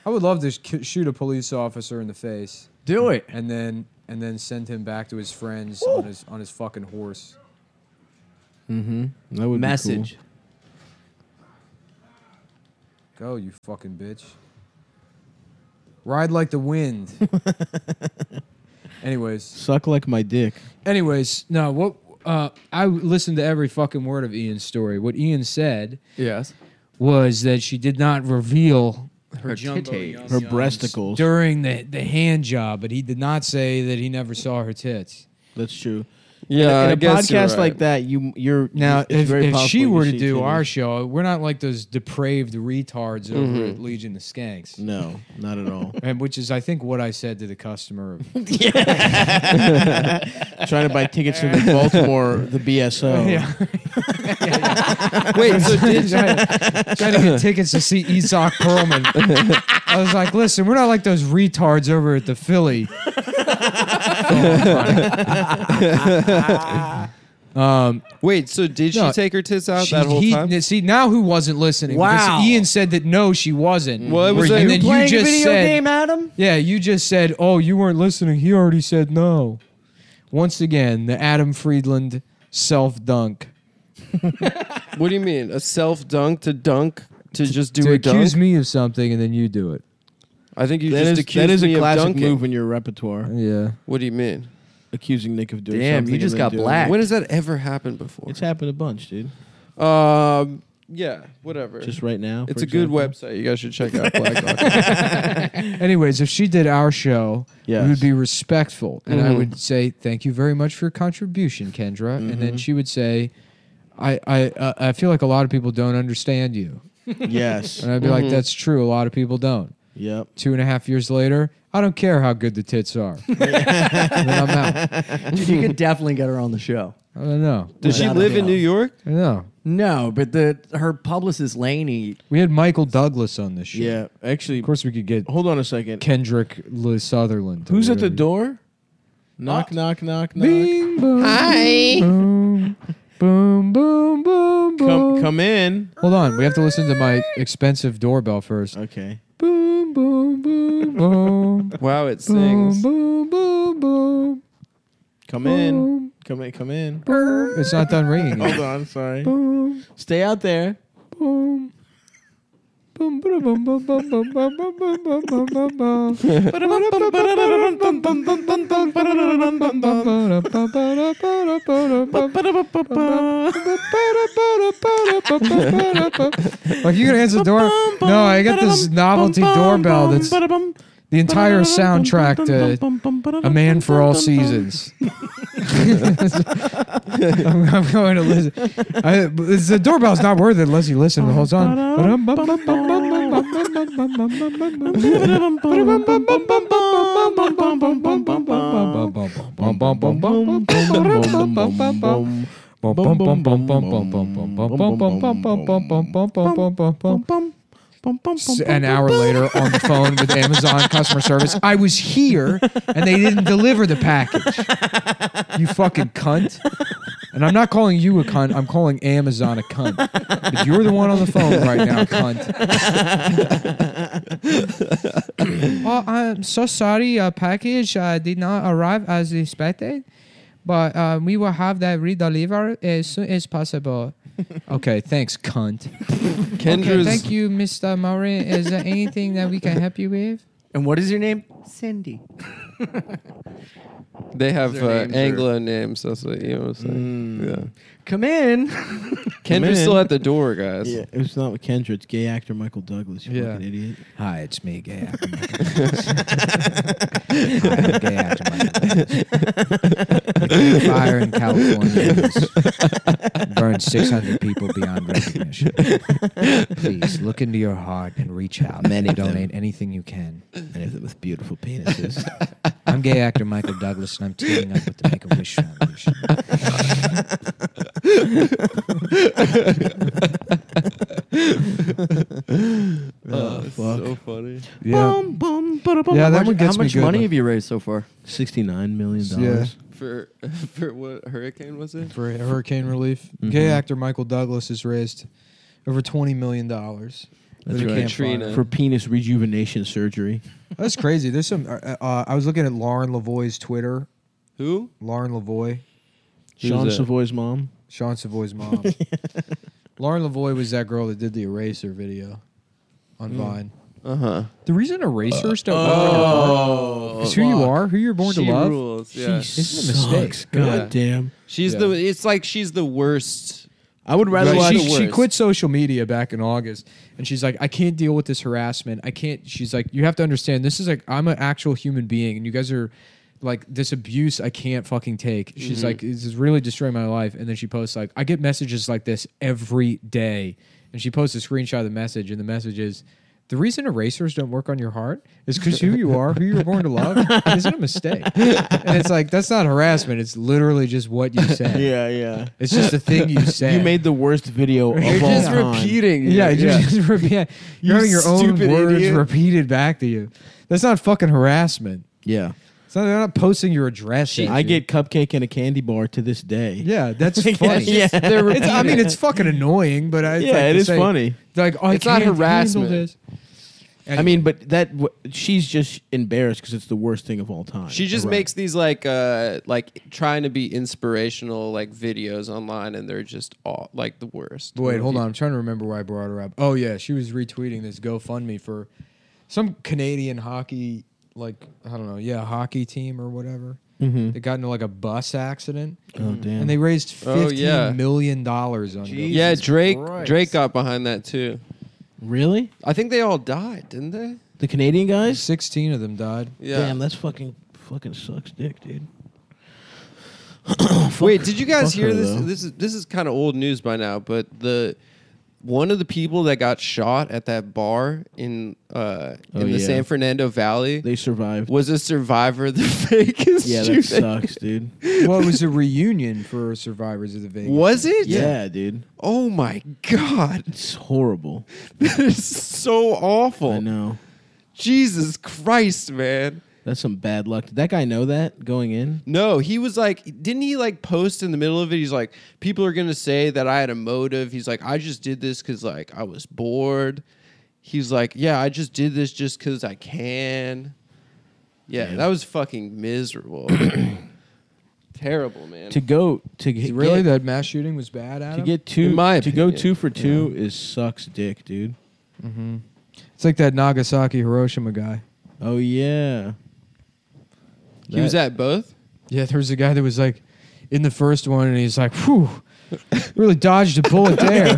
I would love to sh- ki- shoot a police officer in the face Do it. and then and then send him back to his friends on his on his fucking horse. That would be Message. Go, you fucking bitch. Ride like the wind. anyways, cool. Suck like my dick. anyways, no, what Uh, I listened to every fucking word of Ian's story. What Ian said Yes. was that she did not reveal her, Her jumbo titties. yum Her yums breasticles. during the the hand job, but he did not say that he never saw her tits. That's true. Yeah, in a Uh, I guess you're podcast like right. that, you you're Now, it's if, very if she possible you were to see do titties. our show, we're not like those depraved retards over at Legion of Skanks. no, not at all. And which is, I think, what I said to the customer. Trying to buy tickets to the Baltimore, the BSO. Wait, so did trying to get tickets to see Isaac Perlman? I was like, listen, we're not like those retards over at the Philly. um, Wait, so did No, she take her tits out she- that whole he- time? See, now who wasn't listening? Because Wow. Ian said that no, she wasn't. Mm. Well, it was and a- then you Playing just a video said, game, Adam? Yeah, you just said, oh, you weren't listening. He already said no. Once again, the Adam Friedland self dunk. what do you mean? A self dunk to dunk to just do to a accuse dunk? me of something and then you do it. I think you That just is, accused that is me a of classic dunking. move in your repertoire. Yeah. What do you mean? Accusing Nick of doing Damn, something. you just and then got doing it. blacked. When has that ever happened before? It's happened a bunch, dude. um, yeah, whatever. Just right now. it's for a good example. website. You guys should check out Black Dog. Anyways, if she did our show, Yes. we would be respectful. And I Mhm. would say, thank you very much for your contribution, Kendra. And Mm-hmm. then she would say, I, I, uh, I feel like a lot of people don't understand you. Yes. And I'd be Mm-hmm. like, that's true. A lot of people don't. yep. Two and a half years later, I don't care how good the tits are. And then I'm out. you could definitely get her on the show. I don't know. Does she Without a live in doubt. New York? I don't know. No, but the her publicist Laney. We had Michael Douglas on this show. Yeah. Actually, Of course, we could get hold on a second. Kendrick Le Sutherland. or Who's at the whatever. door? Knock, knock, knock, knock. Bing, boom, Hi. Boom, boom, boom, boom, Come, boom. come in. Hold on, we have to listen to my expensive doorbell first. Okay. Boom, boom, boom, boom, Wow, Oh, it boom, sings. boom, boom, boom, Come in. boom. Come in. Come in. It's not done ringing. Hold yet. on. Sorry. Boom, Stay out there. boom. Boom, ba-da, bum, bum, bum, bum, bum, bum, bum, bum, bum, bum, bum. Ba-da, ba, ba-da, ba-da, ba-da, ba-da, Like you gonna answer the door? No, I got this novelty doorbell that's the entire soundtrack to A Man for All Seasons. I'm, I'm going to listen. I, it's, the doorbell's not worth it unless you listen to the whole song. an hour later on the phone with Amazon customer service. I was here and they didn't deliver the package. You fucking cunt. And I'm not calling you a cunt. I'm calling Amazon a cunt. But you're the one on the phone right now, cunt. oh, I'm so sorry. Your package uh, did not arrive as expected. But uh, we will have that re-delivered as soon as possible. okay, thanks, cunt. Okay, Kendra's thank you, Mr. Morin. Is there anything that we can help you with? And what is your name? Cindy. They have Their uh, names are- Anglo names. That's what you know. What I'm saying. Yeah. Come in. Kendra's in. still at the door, guys. Yeah, it was not with Kendra. It's gay actor Michael Douglas. You Yeah. fucking idiot. Hi, it's me, Gay Actor. Michael. Gay Actor Michael. The Great Fire in California has burned 600 people beyond recognition. Please look into your heart and reach out. Many of them. donate anything you can. And if it with beautiful penises. I'm Gay Actor Michael Douglas, and I'm teaming up with the Make a Wish Foundation. Oh, it's fuck. so funny. Yeah, How that much- one gets How me much good, money though. have you raised so far? Sixty-nine million Yeah. dollars. For for what hurricane was it? for hurricane relief. Gay actor Michael Douglas has raised over twenty million dollars. That's For right. Katrina. For penis rejuvenation surgery. That's crazy. There's some. Uh, uh, I was looking at Lauren Lavoy's Twitter. Who? Lauren Lavoy, Who's Sean that? Savoy's mom. Sean Savoy's mom. Lauren Lavoy was that girl that did the Eraser video on Vine. Uh huh. The reason erasers don't oh, is who you are, who you're born She to love. rules. Yeah. She Isn't it a mistake? sucks. God Yeah. damn. She's Yeah. the. It's like she's the worst. I would rather Right. watch. She, the she worst. quit social media back in August, and she's like, "I can't deal with this harassment. I can't." She's like, "You have to understand. This is like I'm an actual human being, and you guys are like this abuse. I can't fucking take." She's like, "This is really destroying my life." And then she posts like, "I get messages like this every day," and she posts a screenshot of the message, and the message is. The reason erasers don't work on your heart is because who you are, who you were born to love, isn't a mistake. And it's like that's not harassment. It's literally just what you said. Yeah, yeah. It's just the thing you said. You made the worst video of You're all just time. repeating. it. Yeah, you just repeat. You're having your own stupid words idiot. repeated back to you. That's not fucking harassment. Yeah. It's not, they're not posting your address. at I you. get cupcake and a candy bar to this day. Yeah, that's funny. yeah. They're It's, I mean, it's fucking annoying, but I, it's Yeah, like it to is say, funny. Like, oh, I It's not can't handle harassment. this. I mean, but that w- she's just embarrassed because it's the worst thing of all time. She just makes these like uh like trying to be inspirational like videos online and they're just all like the worst. Wait, hold on. I'm trying to remember why I brought her up. Oh yeah, she was retweeting this GoFundMe for some Canadian hockey, like I don't know, yeah, hockey team or whatever. Mm-hmm. They got into like a bus accident. Oh Mm. damn. And they raised fifteen Oh, million yeah. dollars on GoFundMe. Yeah, Drake Christ. Drake got behind that too. really? I think they all died, didn't they? The Canadian guys? 16 of them died. Yeah. Damn, that's fucking fucking sucks, dick, dude. Wait, did you guys fuck hear her, this? though. This is this is kind of old news by now, but the one of the people that got shot at that bar in uh, in Oh, the yeah. San Fernando Valley They survived. was a survivor of the Vegas yeah, shooting. that sucks, dude. Well, it was a reunion for survivors of the Vegas. Was it? Yeah, dude. Oh my god, It's horrible. that is so I awful. know. Jesus Christ, man. That's some bad luck. Did that guy know that going in? No, he was like, didn't he like post in the middle of it? He's like, people are gonna say that I had a motive. He's like, I just did this because like I was bored. He's like, yeah, I just did this just because I can. Yeah, that was fucking miserable. Terrible, man. To go to get, Really, that mass shooting was bad, to Adam? get two In my to go opinion, two for two is sucks, dick, dude. it's like that Nagasaki Hiroshima guy. Oh yeah. he was at both. Yeah, there was a guy that was like in the first one, and he's like, whew, really dodged a bullet there.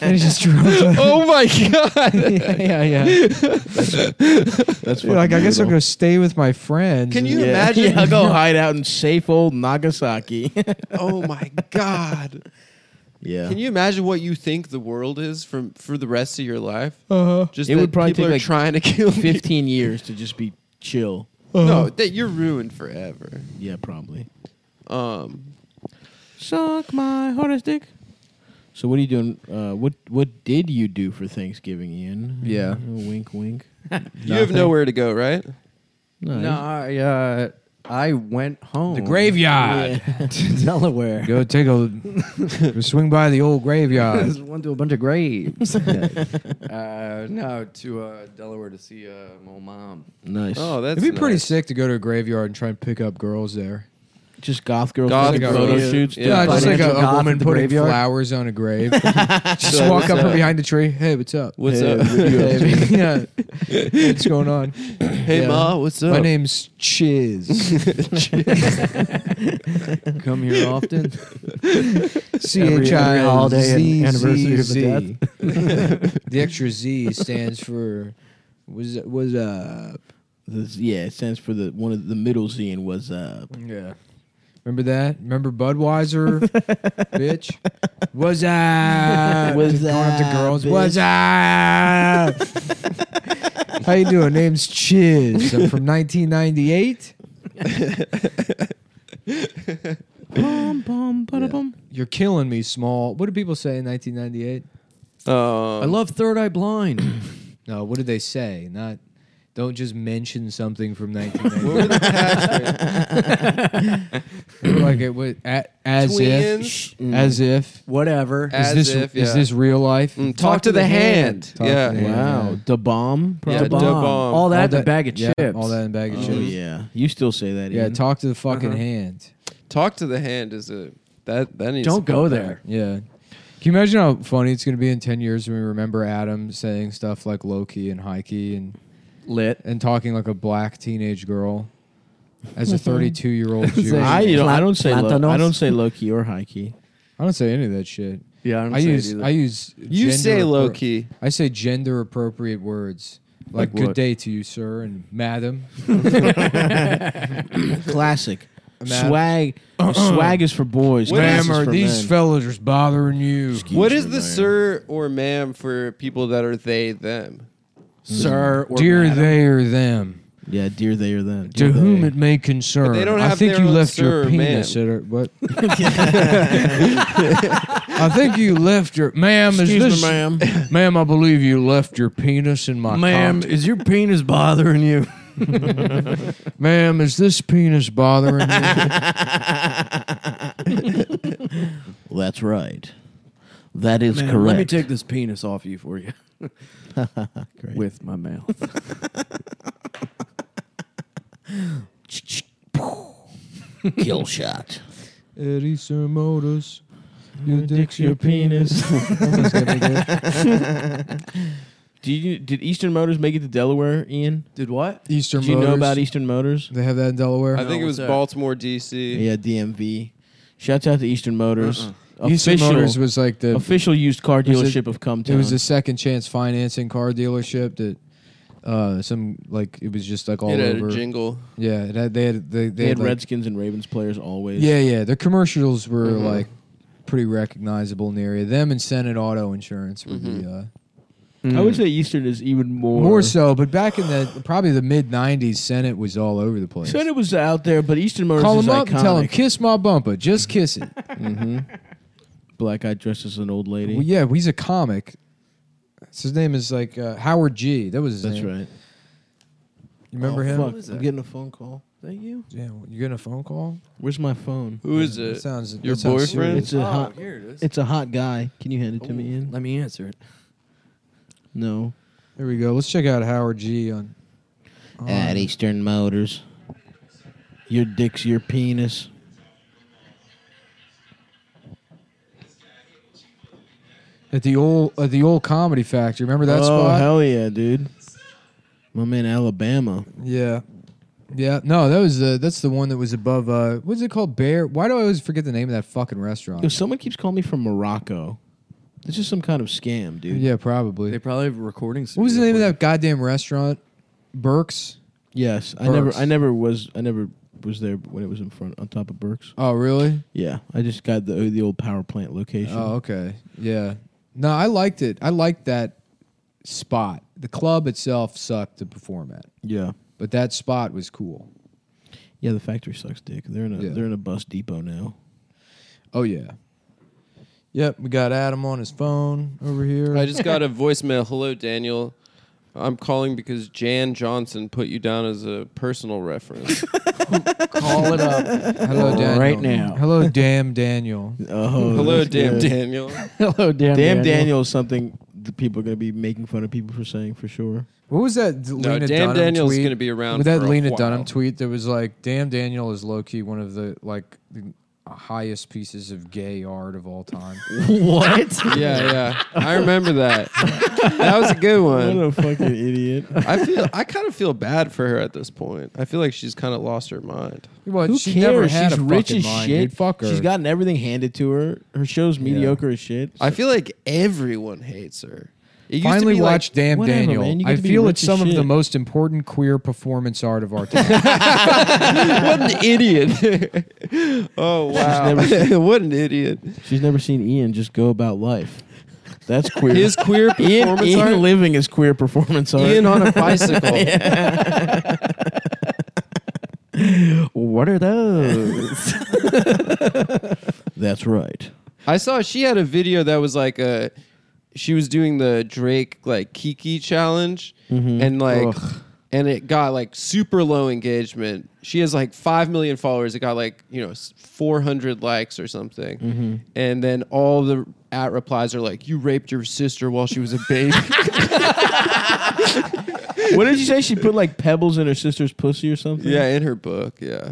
and he just drove. the- oh my god! yeah, yeah, yeah. That's Dude, like, I guess I'll go stay with my friends. Can and- you imagine? Yeah, I'll go hide out in safe old Nagasaki. oh my god! yeah. Can you imagine what you think the world is from for the rest of your life? Uh-huh. Just It that would probably people take, are like, trying to kill me. 15 years to just be chill. Uh-huh. No, that you're ruined forever. Yeah, probably. Um, Suck my horse dick. So what are you doing? Uh, what what did you do for Thanksgiving, Ian? Yeah. Uh, wink, wink. you have nowhere to go, right? No, I, uh, I went home. The graveyard. to Delaware. Go take a swing by the old I graveyard. just went to a bunch of graves. uh, no, to uh, Delaware to see uh, my mom. Nice. Oh, that's It'd be pretty nice. sick to go to a graveyard and try and pick up girls there. just goth girls Goth taking girls. photo Yeah. shoots. Yeah. doing Yeah, just like a, Financial a goth woman at the putting graveyard. flowers on a grave. just So walk what's up up? from behind the tree. Hey, what's up? What's Hey, up? what you up to? yeah. What's going on? Hey, ma, what's up? My name's Chiz. Come here often. C every H I L holiday and Z anniversary Z of the Z. The extra Z stands for was was uh This, yeah, it stands for the one of the middle Z and was uh yeah. Remember that? Remember Budweiser, bitch? Was up? What's Just going up to up, girls? bitch? Was up? How you doing? Name's Chiz. I'm from 1998. bum bum bada bum. You're killing me, small. What did people say in 1998? Um, I love Third Eye Blind. No, what did they say? Not, don't just mention something from What were 1998. the passwords? like it was a as Twins. Mm. if, as if. Whatever. As is this if, yeah. is this real life? Mm, talk, to the hand. Talk to yeah. the hand. Wow, the bomb. Yeah, Da da bomb. All that, All the bag of yeah, chips. All that in bag of Oh chips. yeah, you still say that? Yeah, Ian. talk to the Uh-huh. fucking hand. Talk to the hand is a that that needs. Don't to go come there. Yeah. Can you imagine how funny it's going to be in 10 years when we remember Adam saying stuff like low key and high key and Lit. and talking like a black teenage girl as a 32 year old Jew? Mm-hmm. I, I, you know, I don't say low, I Platanos? don't say low key or high key. don't say any of that shit. Yeah, I don't I say it use either. I use You gender say low appro- key. I say gender appropriate words like, Like good what? day to you, sir and madam. Classic. Ma'am. Swag. Swag is for boys. What class is- is for men. fellas bothering you? What is the sir or ma'am for people that are they them? sir or Dear madam. they or them, Yeah, dear they or them. to Dear they. whom it may concern. But they don't I have think their you own left sir your or penis ma'am. at her. What? I think you left your ma'am. Excuse is me, this ma'am. Ma'am, I believe you left your penis in my Ma'am, cock. is your penis bothering you? Ma'am, is this penis bothering you? That's right. That is Man, correct. Let me take this penis off you for you Great. with my mouth. Kill shot. Eddie Sermotus, your dick's your penis. Do you did Eastern Motors make it to Delaware, Ian? Did what? Eastern Did you know Motors. about E- Eastern Motors? They have that in Delaware. I think it was what's that? Baltimore, D.C. Yeah, DMV. Shouts out to Eastern Motors. Eastern Official Motors was like the official used car was a- dealership of Cumtown. it was the second chance financing car dealership that uh some like it was just like all It had over. a jingle. yeah, it had, they had they, they, they had like- Redskins and Ravens players always. Yeah, yeah. Their commercials were Mm-hmm. like pretty recognizable in the area. Them and Senate Auto Insurance were Mm-hmm. the uh, I would say Eastern is even more. more so. But back in the probably the mid '90s, Senate was all over the place. Said it was out there, but Eastern Motors Call is him up iconic. and tell him kiss my bumper, just kiss it. Black guy dressed as an old lady. well, yeah, he's a comic. His name is like uh, Howard G. That was his That's name. right. Oh, You remember him? Fuck, I'm getting a phone call. Thank you. Yeah, you getting a phone call? Where's my phone? Who is That it? sounds Your that sounds boyfriend? It's serious. a hot. Oh, here it is. It's a hot guy. Can you hand it to me? Ian? Let me answer it. No. There we go. Let's check out Howard G. On At Eastern Motors. Your dick's your penis. at the old at the old Comedy Factory. Remember that spot? Oh, hell yeah, dude. My man Alabama. Yeah. Yeah. No, that was the that's the one that was above uh what's it called? Bear why do I always forget the name of that fucking Yo, restaurant? someone keeps calling me from Morocco. This is some kind of scam, dude. Yeah, probably. They probably have recordings. what was the name of that goddamn restaurant? Burke's? Yes, I Burks. never, I never was, I never was there when it was in front on top of Burks. Oh really? Yeah, I just got the the old power plant location. Oh, okay. Yeah. No, I liked it. I liked that spot. The club itself sucked to perform at. yeah, But that spot was cool. yeah. The factory sucks dick. They're in a Yeah. they're in a bus depot now. Oh yeah. Yep, we got Adam on his phone over here. I just got a voicemail. Hello, Daniel. I'm calling because Jan Johnson put you down as a personal reference. Call it up. Hello Daniel. Right now. Hello damn Daniel. Oh, Hello, that's damn good. Daniel. Hello, Damn damn. Daniel. Daniel is something that people are going to be making fun of people for saying for sure. What was that No, Lena damn Dunham Daniel's tweet? going to be around. With that for a Lena while. Dunham tweet that was like, "Damn, Daniel is low key one of the like the highest pieces of gay art of all time." Yeah, yeah. I remember that. that was a good What one. a fucking idiot! I feel. I kind of feel bad for her at this point. I feel like she's kind of lost her mind. Well, Who she cares? never had She's a rich fucking as mind, shit. dude. Fuck her. She's gotten everything handed to her. Her show's mediocre as shit. I feel like everyone hates her. It used to Finally be like- watched Damn whatever, Daniel. man, you get I to be feel rich it's as some of the shit. most important queer performance art of our time. what an idiot. oh wow. what an idiot. She's never seen Ian just go about life. That's queer. His queer Ian, performance Ian art. living is queer performance art. Ian on a bicycle. What are those? That's right. I saw she had a video that was like uh, a she was doing the Drake like Kiki challenge and like and it got like super low engagement. She has like 5 million followers. It got like, you know, s- 400 likes or something. And then all the at replies are like, you raped your sister while she was a baby. what did you say? She put like pebbles in her sister's pussy or something. yeah, in her book. Yeah.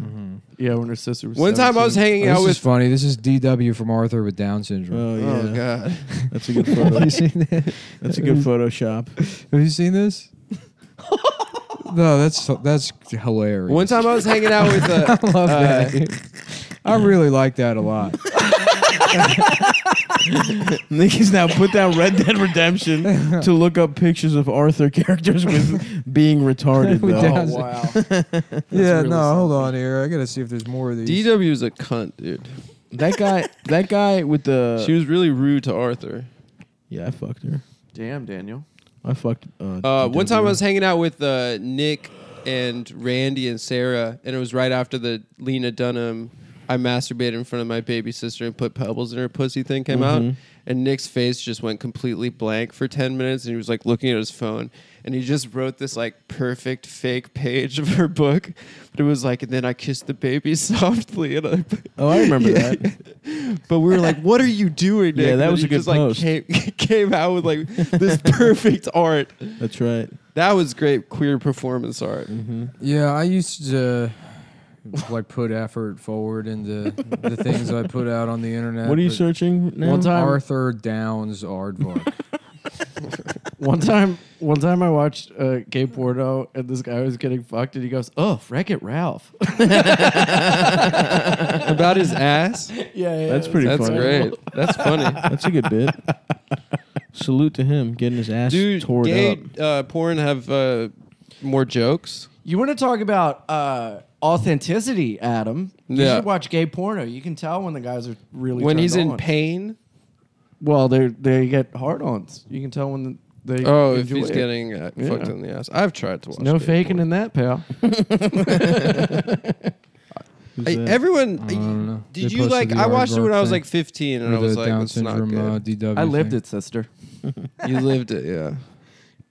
Yeah, when her sister was. One time I was hanging Oh, this out is with. funny. This is DW from Arthur with Down syndrome. Oh yeah. Oh, God. That's a good photo. Have you seen that? That's a good Photoshop. Have you seen this? no, that's that's hilarious. One time I was hanging out with. Uh, I love that. I really like that a lot. Niggas now put down Red Dead Redemption to look up pictures of Arthur characters with being retarded. With though. Down syndrome. Wow. yeah, no, hold on here. I gotta see if there's more of these. DW is a cunt, dude. That guy, that guy with the She was really rude to Arthur. yeah, I fucked her. Damn, Daniel. I fucked. Uh, Uh, DW. one time I was hanging out with uh, Nick and Randy and Sarah, and it was right after the Lena Dunham. I masturbated in front of my baby sister and put pebbles in her pussy thing came out. And Nick's face just went completely blank for 10 minutes. And he was like looking at his phone. And he just wrote this like perfect fake page of her book. But it was like, and then I kissed the baby softly. And I, Oh, I remember that. but we were like, "What are you doing?" Nick? Yeah, And that then was a he good just, like, post. Came, came out with like this perfect art. That's right. That was great queer performance art. Yeah, I used to like put effort forward into the things I put out on the internet. What are you but- searching now? One time- Arthur Downs Aardvark. One time, one time I watched uh, gay porno and this guy was getting fucked and he goes, "Oh, Wreck It Ralph." About his ass. yeah, yeah, That's pretty. That's funny. great. That's funny. That's a good bit. Salute to him getting his ass Dude, tore gay up. uh, porn have uh, more jokes. You want to talk about uh, authenticity, Adam? You Yeah. should watch gay porno. You can tell when the guys are really when turned he's in on. pain. Well, they they get hard-ons. You can tell when they Oh, if enjoy he's it. getting uh, Yeah. fucked in the ass. I've tried to watch. no gay faking porn. in that, pal. Who's I, that? everyone, don't know. did Uh, They you posted like? the I watched it Aardvark when I was thing like 15, and I was like, Down "That's not syndrome uh, good." DW. I lived thing. it, sister. you lived it, yeah.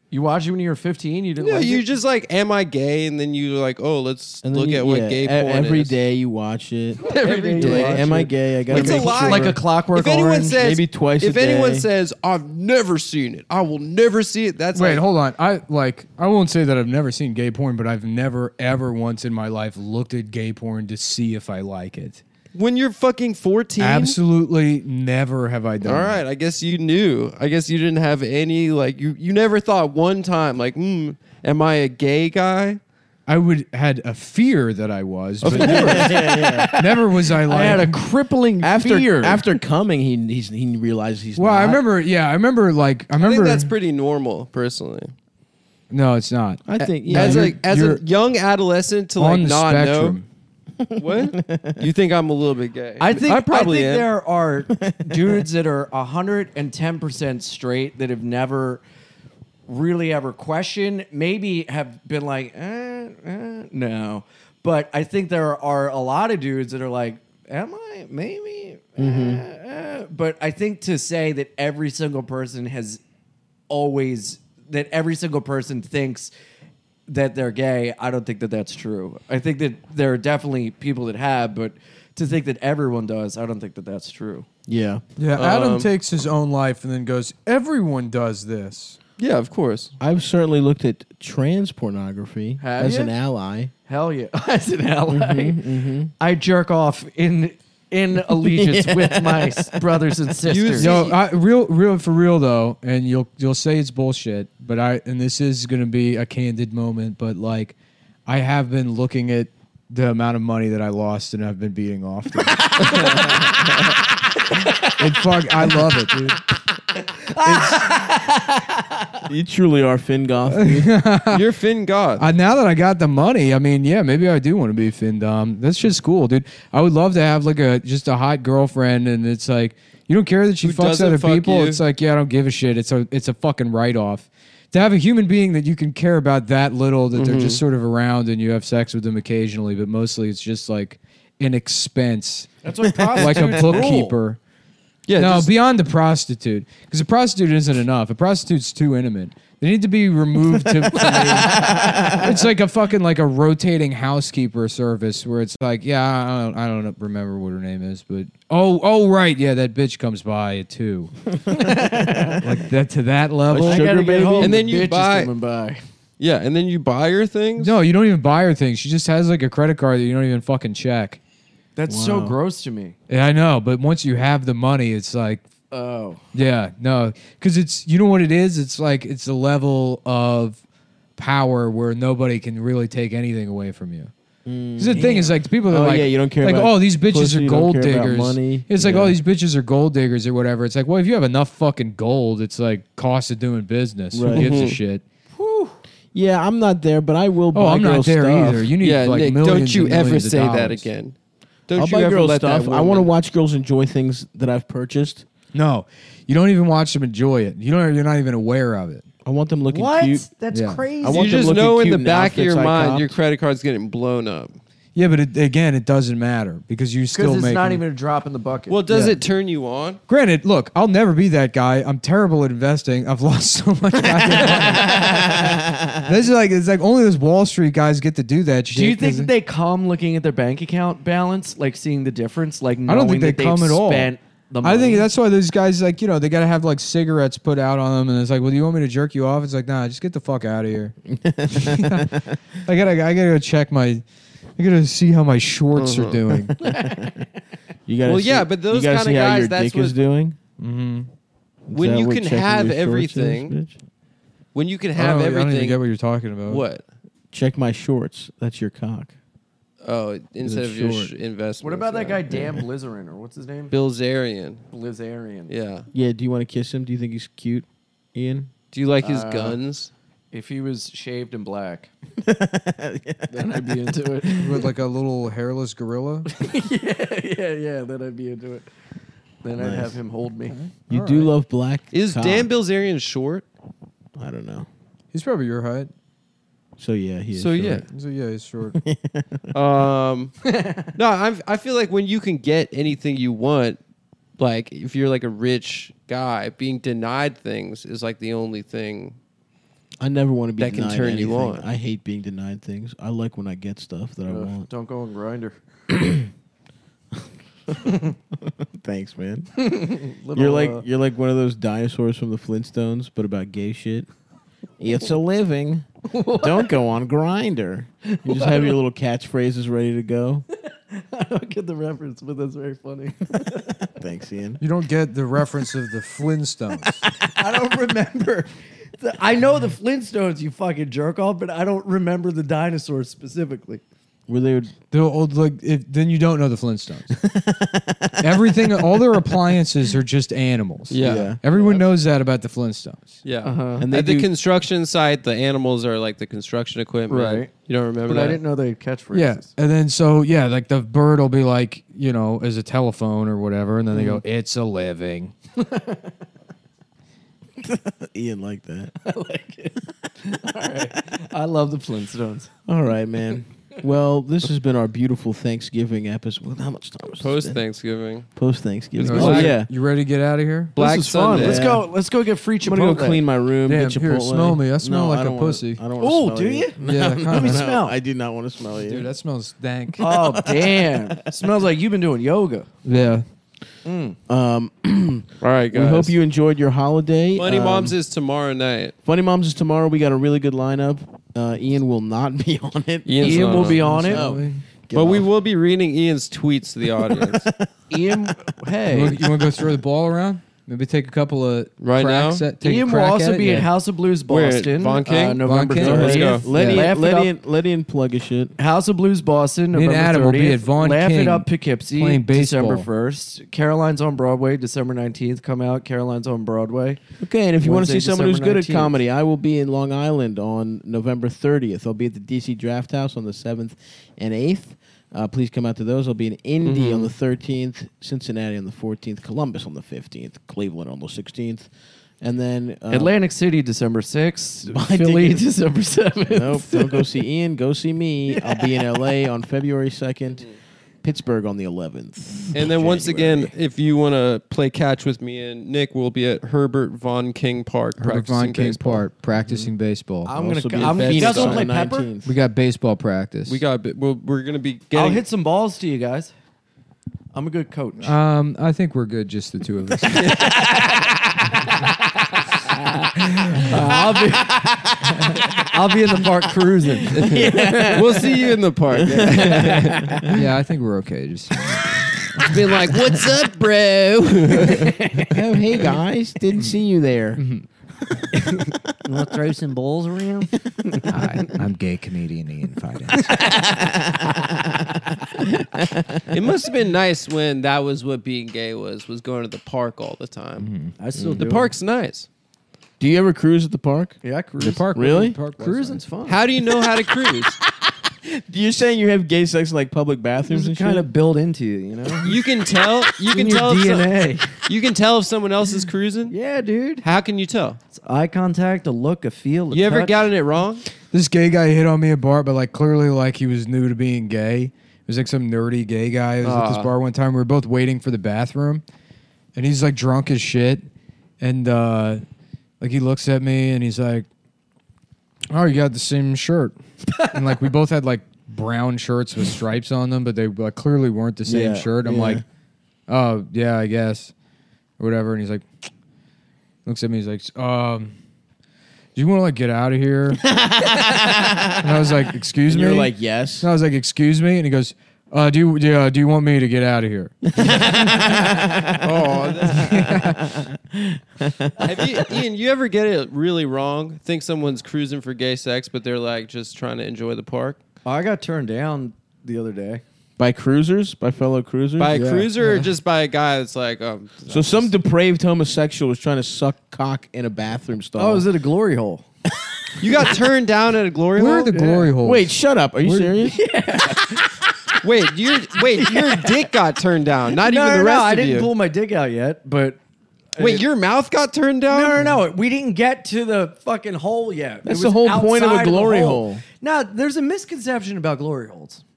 You watched it when you were 15. You didn't. Yeah, like you it? just like, am I gay? And then you like, oh, let's And then look you- at what yeah, gay e- porn Every is. day you watch it. Every You're day. like, am I gay? I got It's a lie. like a clockwork If anyone orange. says, maybe twice a If anyone day. says, I've never seen it, I will never see it. That's Wait, like, hold on. I like I won't say that I've never seen gay porn, but I've never ever once in my life looked at gay porn to see if I like it. when you're fucking 14. Absolutely never have I done. All that. right, I guess you knew. I guess you didn't have any like you. You never thought one time like, hmm, am I a gay guy? I would had a fear that I was. Of Never was I like I had a crippling After fear. after coming, he he's, he realizes he's. Well, I not. remember. Yeah, I remember. Like, I I remember. think that's pretty normal, personally. no, it's not. I think yeah, as you're- like as you're a young adolescent to like On the not spectrum. know what you think I'm a little bit gay. I think I probably think am. there are dudes that are hundred and ten percent straight that have never really ever questioned, maybe have been like, eh, eh, no. But I think there are a lot of dudes that are like, am I? Maybe. eh, eh." But I think to say that every single person has always that every single person thinks that they're gay. I don't think that that's true. I think that there are definitely people that have, but to think that everyone does, I don't think that that's true. yeah. Yeah, Adam Um, takes his own life and then goes. Everyone does this. yeah, of course. I've certainly looked at trans pornography Have as you? an ally. Hell yeah, as an ally, Mm-hmm, I jerk off in in allegiance with my s- brothers and sisters. Yo, I, real, real for real though, and you'll you'll say it's bullshit, but I and this is gonna be a candid moment, but like, I have been looking at the amount of money that I lost, and I've been beating off. to it. and fuck, I love it, dude. You truly are Finn Goth. You're Finn God. Uh, now that I got the money, I mean, yeah, maybe I do want to be Finn Dom. That's just cool, dude. I would love to have like a just a hot girlfriend, and it's like you don't care that she Who fucks doesn't other fuck people. you? It's like yeah, I don't give a shit. It's a it's a fucking write off. To have a human being that you can care about that little that they're Mm-hmm. just sort of around and you have sex with them occasionally, but mostly it's just like an expense, that's what like a bookkeeper. Yeah, no, just- beyond the prostitute, because a prostitute isn't enough. A prostitute's too intimate. They need to be removed. To, from- it's like a fucking like a rotating housekeeper service where it's like, yeah, I don't, I don't remember what her name is, but oh, oh, right, yeah, that bitch comes by at two. like that to that level. I gotta get home. And then the you bitch is buy- coming by. Yeah, and then you buy her things. No, you don't even buy her things. She just has like a credit card that you don't even fucking check. That's so gross to me. Yeah, I know, but once you have the money, it's like, Oh, yeah, no, because it's you know what it is. It's like it's a level of power where nobody can really take anything away from you. 'Cause the thing is, like the people that are Oh, like, yeah, you don't care like, about oh, these bitches pussy, are you don't gold care about diggers. money. It's like, Yeah. oh, these bitches are gold diggers or whatever. It's like, well, if you have enough fucking gold, it's like cost of doing business. Right. Who gives a shit? Yeah, I'm not there, but I will. Buy Oh, I'm girl not there stuff. either. You need yeah, like Nick, millions. don't you and ever millions of say that dollars. again. Don't I'll you buy ever girl let stuff. that I want to woman- watch girls enjoy things that I've purchased. No, you don't even watch them enjoy it. You don't. You're not even aware of it. I want them looking What? cute. That's Yeah. crazy. I want you them just looking know in cute the in back of your outfits I mind copped. your credit card's getting blown up. Yeah, but it, again, it doesn't matter because you still because make. it's not it. even a drop in the bucket. Well, does Yeah. it turn you on? Granted, look, I'll never be that guy. I'm terrible at investing. I've lost so much. goddamn money. this is like it's like only those Wall Street guys get to do that shit. do you think 'cause- that they come looking at their bank account balance, like seeing the difference, like knowing I don't think that they they've come at all. spent the I think money? that's why those guys like you know they gotta have like cigarettes put out on them, and it's like, well, do you want me to jerk you off? It's like, nah, just get the fuck out of here. I gotta, I gotta go check my, I gotta see how my shorts Uh-huh. are doing. You gotta Well, see- yeah, but you those gotta kinda see how guys, your that's dick is what- doing. Mm-hmm. Is When that you what can checking have your shorts is, everything, bitch? when you can I don't- have I don't even everything. get what you're talking about. what? Check my shorts. That's your cock. Oh, instead of your short. sh- investment. what about that guy Dan Blizzarin or what's his name? Bill Zarian. Blizzarian. Yeah. Yeah. Do you want to kiss him? Do you think he's cute, Ian? Do you like his Uh, guns? If he was shaved and black, then I'd be into it. With like a little hairless gorilla. yeah, yeah, yeah. Then I'd be into it. Then I'd have him hold me. You do love black. Is cock. Dan Bilzerian short? I don't know. He's probably your height. So yeah, he is. So short. yeah. So yeah, he's short. Um, no, I'm, I feel like when you can get anything you want, like if you're like a rich guy, being denied things is like the only thing. I never want to be That can denied turn you anything. on. I hate being denied things. I like when I get stuff that I Ugh, want. don't go on grinder. Thanks, man. you're like uh, you're like one of those dinosaurs from the Flintstones, but about gay shit. It's a living. Don't go on grinder. You just have your little catchphrases ready to go. I don't get the reference, but that's very funny. Thanks, Ian. You don't get the reference of the Flintstones. I don't remember. The- I know the Flintstones, you fucking jerk off, but I don't remember the dinosaurs specifically. Where they would the old like if, then you don't know the Flintstones. Everything, all their appliances are just animals. Yeah. Yeah. Everyone knows that about the Flintstones. Yeah. And they At the do- construction site, the animals are like the construction equipment. Right. You don't remember but that? I didn't know they had catchphrases. Yeah, and then so yeah, like the bird will be like you know as a telephone or whatever, and then they go, Mm. "It's a living." Ian like that. I love the Flintstones. All right, man. Well, this has been our beautiful Thanksgiving episode. Well, how much time was Post Thanksgiving. Post Thanksgiving? It's Oh black- yeah. you ready to get out of here? Black this is fun. Sunday. Let's Yeah. go. Let's go get free I'm Chipotle. gonna go clean my room. Damn, get here, Chipotle. smell me. I smell like I a don't wanna- pussy. I don't. Oh, wanna smell do you? you? Yeah, Let me kinda. smell. I do not want to smell you. dude, that smells dank. Uh, oh damn! Smells like you've been doing yoga. yeah. Um, All right, guys. we hope you enjoyed your holiday. Funny Um, Moms is tomorrow night. Funny Moms is tomorrow. We got a really good lineup. Uh, Ian will not be on it. Ian's Ian not will be on it. No. Get But we off. will be reading Ian's tweets to the audience. Ian, hey, You want to go throw the ball around? Maybe take a couple of Right cracks now? At, take a Ian will crack also at it? be yeah. at House of Blues Where at? Boston, Von King? uh, November King? 30th. Yeah, let's go. Let, Yeah. Ian, Laugh it let, up. Ian, let Ian plug a shit. House of Blues Boston, Me and November Adam 30th. will be at Von Laugh King it up Poughkeepsie, playing baseball. December 1st. Caroline's on Broadway, December 19th. Come out, Caroline's on Broadway. Okay, and if you want to Wednesday, see someone who's December good 19th. at comedy, I will be in Long Island on November 30th. I'll be at the DC Draft House on the 7th and 8th. Uh, please come out to those. I'll be in Indy on the 13th, Cincinnati on the 14th, Columbus on the 15th, Cleveland on the 16th, and then Oh. uh, Atlantic City, December 6th. Buy Philly, tickets. December 7th. Nope, don't go see Ian. Go see me. I'll be in LA on February 2nd. Pittsburgh on the 11th. And then once January. again, if you want to play catch with me and Nick, we'll be at Herbert Von King Park Herbert practicing Von King baseball. Park practicing baseball. I'm gonna. Also be co- at I'm Phoenix Fed Stadium. on You guys the wanna play 19th. we got baseball practice. We got. a bit- We're, we're gonna be I'll getting. hit some balls to you guys. I'm a good coach. Um, I think we're good, just the two of us. I'll, be, I'll be in the park cruising. we'll see you in the park. Yeah. Uh, yeah, I think we're okay. Just Be like, what's up, bro? oh, hey guys, didn't see you there. Want to throw some balls around? Hi, I'm gay comedian Ian Fidance. it must have been nice when that was what being gay was was going to the park all the time. I still The park's nice. Do you ever cruise at the park? Yeah, I cruise. The park Really? the Park was Cruising's fun. How do you know how to cruise? You're saying you have gay sex in like public bathrooms and It's kind shit? of built into you, you know? You can tell. You can In your tell. if some- DNA. you can tell if someone else is cruising. yeah, dude. How can you tell? It's eye contact, a look, a feel. A You ever touch. gotten it wrong? nice. This gay guy hit on me at bar, but like clearly, like he was new to being gay. It was like some nerdy gay guy. who was at Ah. Aw. this bar one time. We were both waiting for the bathroom, and he's like drunk as shit, and uh, like he looks at me and he's like, "Oh, you got the same shirt," and like we both had like brown shirts with stripes on them, but they like clearly weren't the same Yeah, shirt. I'm yeah. like, "Oh yeah, I guess," or whatever, and he's like, looks at me, he's like, "Um." Do you want to like get out of here? and I was like, "Excuse And me." you're like, yes. And I was like, "Excuse me," and he goes, uh, "Do you do you, uh, do you want me to get out of here?" Have you, Ian, you ever get it really wrong? Think someone's cruising for gay sex, but they're like just trying to enjoy the park Oh, I got turned down the other day. By cruisers, by fellow Hmm. cruisers. by a Yeah. cruiser or just by a guy that's like, um, so some depraved homosexual was trying to suck cock in a bathroom stall. Oh, it was at a glory hole. you got turned down at a glory Where are hole. the glory holes? Wait, shut up. Are you serious? wait, your wait, your dick got turned down. Not no, even no, the no, rest I of didn't you. pull my dick out yet, but wait, your mouth got turned down. No, no, no. We didn't get to the fucking hole yet. It That's the was whole point of a outside glory the hole. No, there's a misconception about glory holes.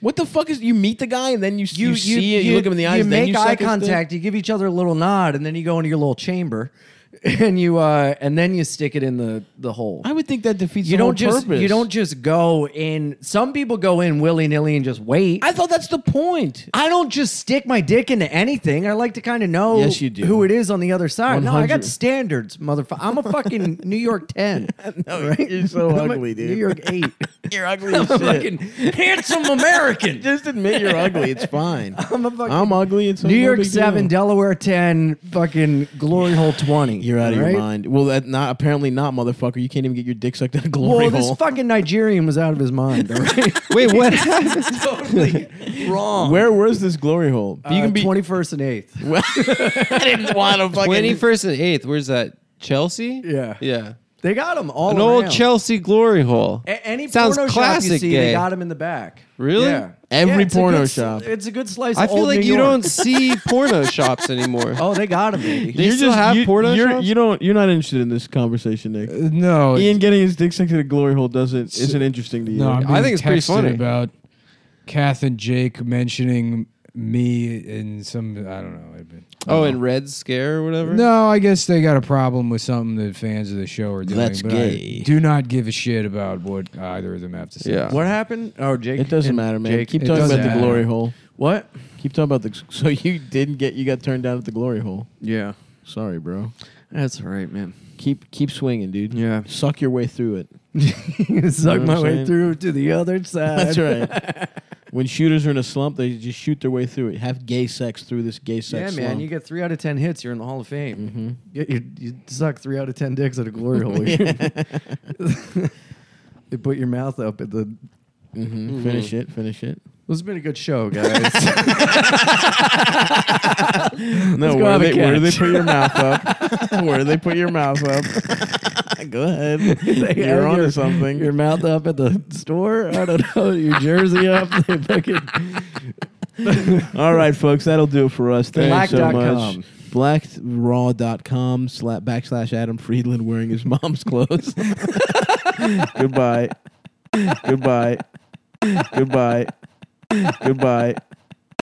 What the fuck is you meet the guy and then you you, see it, you, look him in the eyes, you and make then you eye suck his dick? contact, you give each other a little nod, and then you go into your little chamber, and you uh, and then you stick it in the the hole. I would think that defeats you the whole don't just purpose. you don't just go in. Some people go in willy nilly and just wait. I thought that's the point. I don't just stick my dick into anything. I like to kind of know Yes, you do. who it is on the other side. No, I 100. got standards, motherfucker. I'm a fucking New York 10. No, you're so I'm a ugly, dude. New York 8. You're ugly as shit. fucking handsome American. just admit you're ugly. It's fine. I'm a fucking I'm ugly. It's New York 7, Delaware 10, fucking Glory Hole 20. You're out of right? your mind. Well, that not apparently not, motherfucker. You can't even get your dick sucked in a glory Well, hole. this fucking Nigerian was out of his mind. all right? Wait, what happened? Wrong. Where was this glory hole? you can be 21st Uh, and 8th. I didn't want to fucking. Twenty first and eighth. Where's that? Chelsea. Yeah. yeah. They got him all An old around. Chelsea glory hole. A- any Sounds porno shop you classic see, gay. they got him in the back. Really? Yeah. Every Yeah, it's a porno good s- shop. It's a good slice. I of feel old like New you York. don't see porno shops anymore. Oh, they got him. baby. They You're still have you, porno you're, shops? You don't. You're not interested in this conversation, Nick. Uh, no, it's- Ian getting his dick sucked in a glory hole doesn't isn't interesting to you. no. I I'm being think it's pretty texted funny. about Kath and Jake mentioning me in some. I don't know. I've been- Oh, and Red Scare or whatever. No, I guess they got a problem with something that fans of the show are doing. That's but gay. I do not give a shit about what either of them have to say. Yeah. What happened? Oh, Jake. it doesn't and matter, man. Jake- Keep it talking doesn't about the matter. glory hole. What? Keep talking about the. So you didn't get. You got turned down at the glory hole. Yeah. Sorry, bro. That's all right, man. Keep keep swinging, dude. Yeah. Suck your way through it. Suck what my I'm way saying? through to the other side. That's right. when shooters are in a slump, they just shoot their way through it. Have gay sex through this gay Yeah, sex. man. slump. You get three out of ten hits, you're in the Hall of Mm-hmm. Fame. Get your, you suck three out of ten dicks at a glory hole. they put your mouth up at the. Mhm. Finish it. Finish it. This has been a good show, guys. No, go where have a they, where they catch. put your mouth up? where they put your mouth up? Go ahead. They You're have on your- to something. Your mouth up at the store. I don't know. Your jersey up. They fucking. All right, folks, that'll do it for us. Thanks so much. Black.com. Blackraw.com slap backslash Adam Friedland wearing his mom's clothes. Goodbye. Goodbye. Goodbye. Goodbye.